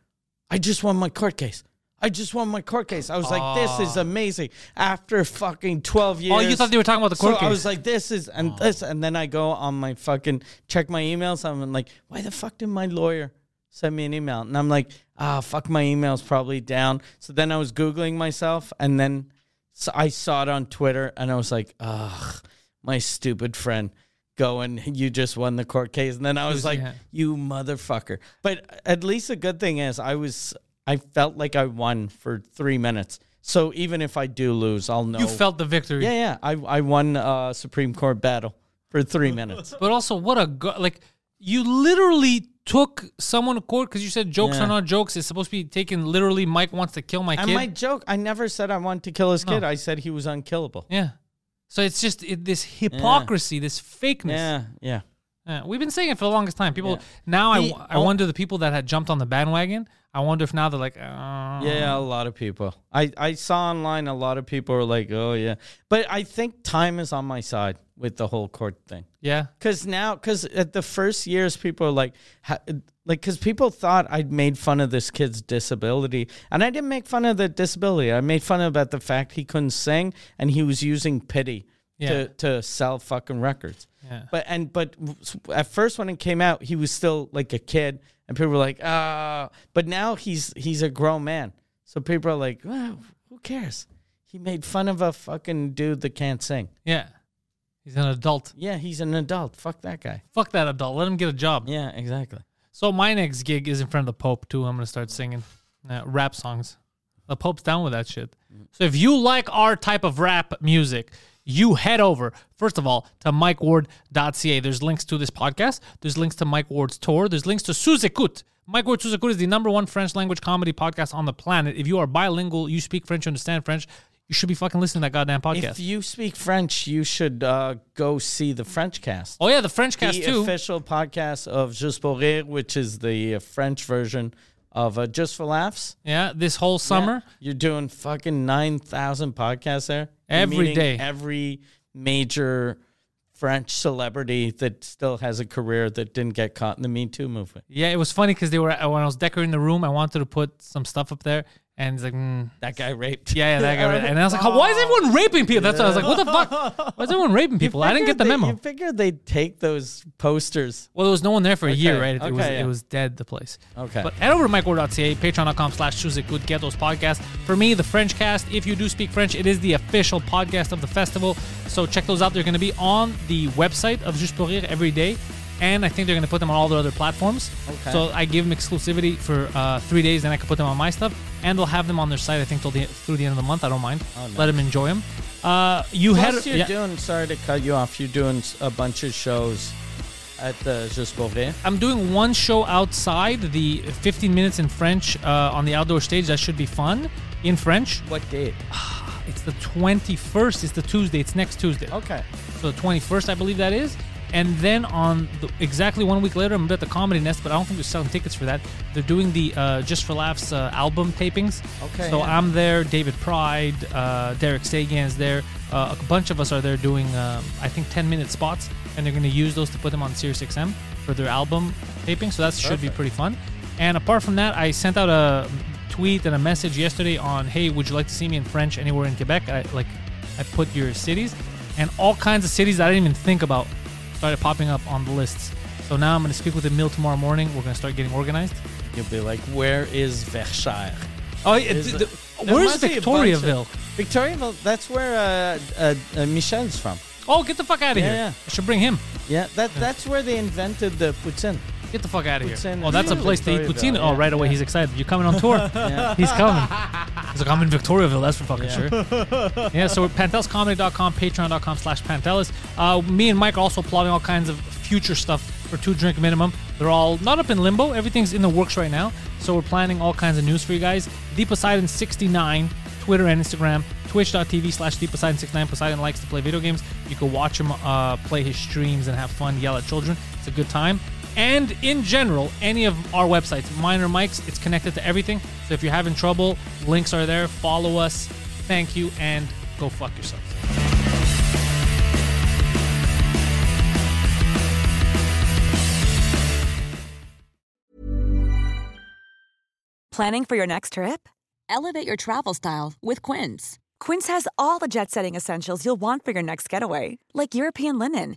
S2: I just won my court case. I just won my court case. I was like, this is amazing. After fucking twelve years.
S1: Oh, you thought they were talking about the court
S2: so
S1: case.
S2: I was like, this is and this and then I go on my fucking check my emails. I'm like, why the fuck did my lawyer send me an email? And I'm like, ah, fuck my email's probably down. So then I was Googling myself and then so I saw it on Twitter and I was like, ugh, my stupid friend going, you just won the court case. And then I was like,
S1: yeah.
S2: you motherfucker. But at least the good thing is I was, I felt like I won for three minutes. So even if I do lose, I'll know.
S1: you felt the victory.
S2: Yeah, yeah. I, I won uh, Supreme Court battle
S1: (laughs)
S2: for three minutes.
S1: But also, what a go- like you literally took someone to court because you said jokes
S2: Yeah.
S1: are not jokes. It's supposed to be taken literally. Mike wants to kill my
S2: and
S1: kid.
S2: my joke, I never said I wanted to kill his kid. I said he was unkillable.
S1: yeah. So it's just it, this hypocrisy, this fakeness.
S2: Yeah, yeah.
S1: Yeah, we've been saying it for the longest time. People now, I
S2: The-
S1: I, I wonder the people that had jumped on the bandwagon. I wonder if now they're like, uh,
S2: Yeah, a lot of people. I, I saw online a lot of people were like, oh, yeah. But I think time is on my side with the whole court thing.
S1: yeah.
S2: Because now, because at the first years, people are like, ha, like, because people thought I'd made fun of this kid's disability. And I didn't make fun of the disability. I made fun about the fact he couldn't sing and he was using pity
S1: Yeah.
S2: to, to sell fucking records.
S1: Yeah.
S2: But, and, but at first when it came out, he was still like a kid and people were like, ah, but now he's, he's a grown man. So people are like, well, who cares? He made fun of a fucking dude that can't sing.
S1: Yeah. He's an adult.
S2: Yeah, he's an adult. Fuck that guy.
S1: Fuck that adult. Let him get a job.
S2: Yeah, exactly.
S1: So my next gig is in front of the Pope too. I'm gonna start singing uh, rap songs. The Pope's down with that shit.
S2: Mm.
S1: So if you like our type of rap music, you head over first of all to MikeWard.ca. There's links to this podcast. There's links to Mike Ward's tour. There's links to Suzekut. Mike Ward Suzekut is the number one French language comedy podcast on the planet. If you are bilingual, you speak French, you understand French, you should be fucking listening to that goddamn podcast.
S2: If you speak French, you should uh, go see the French cast.
S1: oh yeah, the French cast
S2: the
S1: too.
S2: official podcast of Just pour rire, which is the uh, French version of uh, Just for Laughs.
S1: yeah, this whole summer.
S2: You're doing fucking 9,000 podcasts there.
S1: Every
S2: meeting
S1: day.
S2: Every major French celebrity that still has a career that didn't get caught in the Me Too movement.
S1: Yeah, it was funny because they were uh, when I was decorating the room, I wanted to put some stuff up there, and it's like, mm,
S2: That guy raped.
S1: yeah, yeah, that guy. And I was like, why is everyone raping people? That's why I was like, what the fuck? Why is everyone raping people? I didn't
S2: Figured
S1: get the
S2: they-
S1: memo.
S2: You figure they'd take those posters.
S1: Well, there was no one there for a year,
S2: Okay,
S1: right? It, was
S2: okay, yeah.
S1: it was dead the place.
S2: Okay.
S1: But head over to micro.ca, patreon.com slash choose it good, get those podcasts. For me, the French cast, if you do speak French, it is the official podcast of the festival. So check those out. They're gonna be on the website of Juste pour Rire every day. And I think they're gonna put them on all their other platforms.
S2: Okay.
S1: So I give them exclusivity for uh, three days, then I can put them on my stuff. And they'll have them on their site, I think, till the, through the end of the month. I don't mind. Let them enjoy them. Uh, you had
S2: Oh, Plus, you're doing. Sorry to cut you off. You're doing s- a bunch of shows at the Just Bourré.
S1: I'm doing one show outside, the 15 minutes in French uh, on the outdoor stage. That should be fun in French.
S2: What date?
S1: It's the 21st. It's the Tuesday. It's next Tuesday.
S2: Okay.
S1: So the 21st, I believe that is. And then on the, exactly one week later, I'm at the Comedy Nest, but I don't think they're selling tickets for that. They're doing the uh, Just for Laughs uh, album tapings.
S2: Okay,
S1: So
S2: yeah.
S1: I'm there. David Pride, uh, Derek Sagan's there. Uh, a bunch of us are there doing, um, I think, 10 minute spots, and they're going to use those to put them on SiriusXM for their album taping. So that should be pretty fun. And apart from that, I sent out a tweet and a message yesterday on, hey, would you like to see me in French anywhere in Quebec? I like, I put your cities, and all kinds of cities I didn't even think about started popping up on the lists. So now I'm going to speak with Emil tomorrow morning. We're going to start getting organized.
S2: You'll be like, where is Versailles?
S1: Oh, yeah,
S2: Is
S1: d-
S2: it-
S1: d-
S2: There
S1: where's
S2: must be a bunch of-
S1: Victoriaville?
S2: Victoriaville. That's where uh, uh, uh, Michel's from.
S1: Oh, get the fuck out of
S2: Yeah,
S1: here.
S2: yeah.
S1: I should bring him.
S2: Yeah, that that's where they invented the poutine.
S1: Get the fuck out of here.
S2: Poutine.
S1: Oh, that's a
S2: Really?
S1: place to eat poutine.
S2: Victoriaville,
S1: Oh,
S2: yeah,
S1: right away,
S2: yeah.
S1: he's excited. You coming on
S2: (laughs)
S1: tour? He's coming. He's like, I'm in Victoriaville. That's for fucking sure. (laughs) yeah, so we're panteliscomedy.com, patreon.com slash pantelis. Uh, me and Mike are also plotting all kinds of future stuff for Two Drink Minimum. They're all not up in limbo. Everything's in the works right now. So we're planning all kinds of news for you guys. The Poseidon69, Twitter and Instagram. twitch.tv slash Poseidon69. Poseidon likes to play video games. You can watch him uh, play his streams and have fun, yell at children. It's a good time. And in general, any of our websites, mine or Mike's, it's connected to everything. So if you're having trouble, links are there. Follow us. Thank you and go fuck yourself.
S4: Planning for your next trip? Elevate your travel style with Quince. Quince has all the jet setting essentials you'll want for your next getaway, like European linen,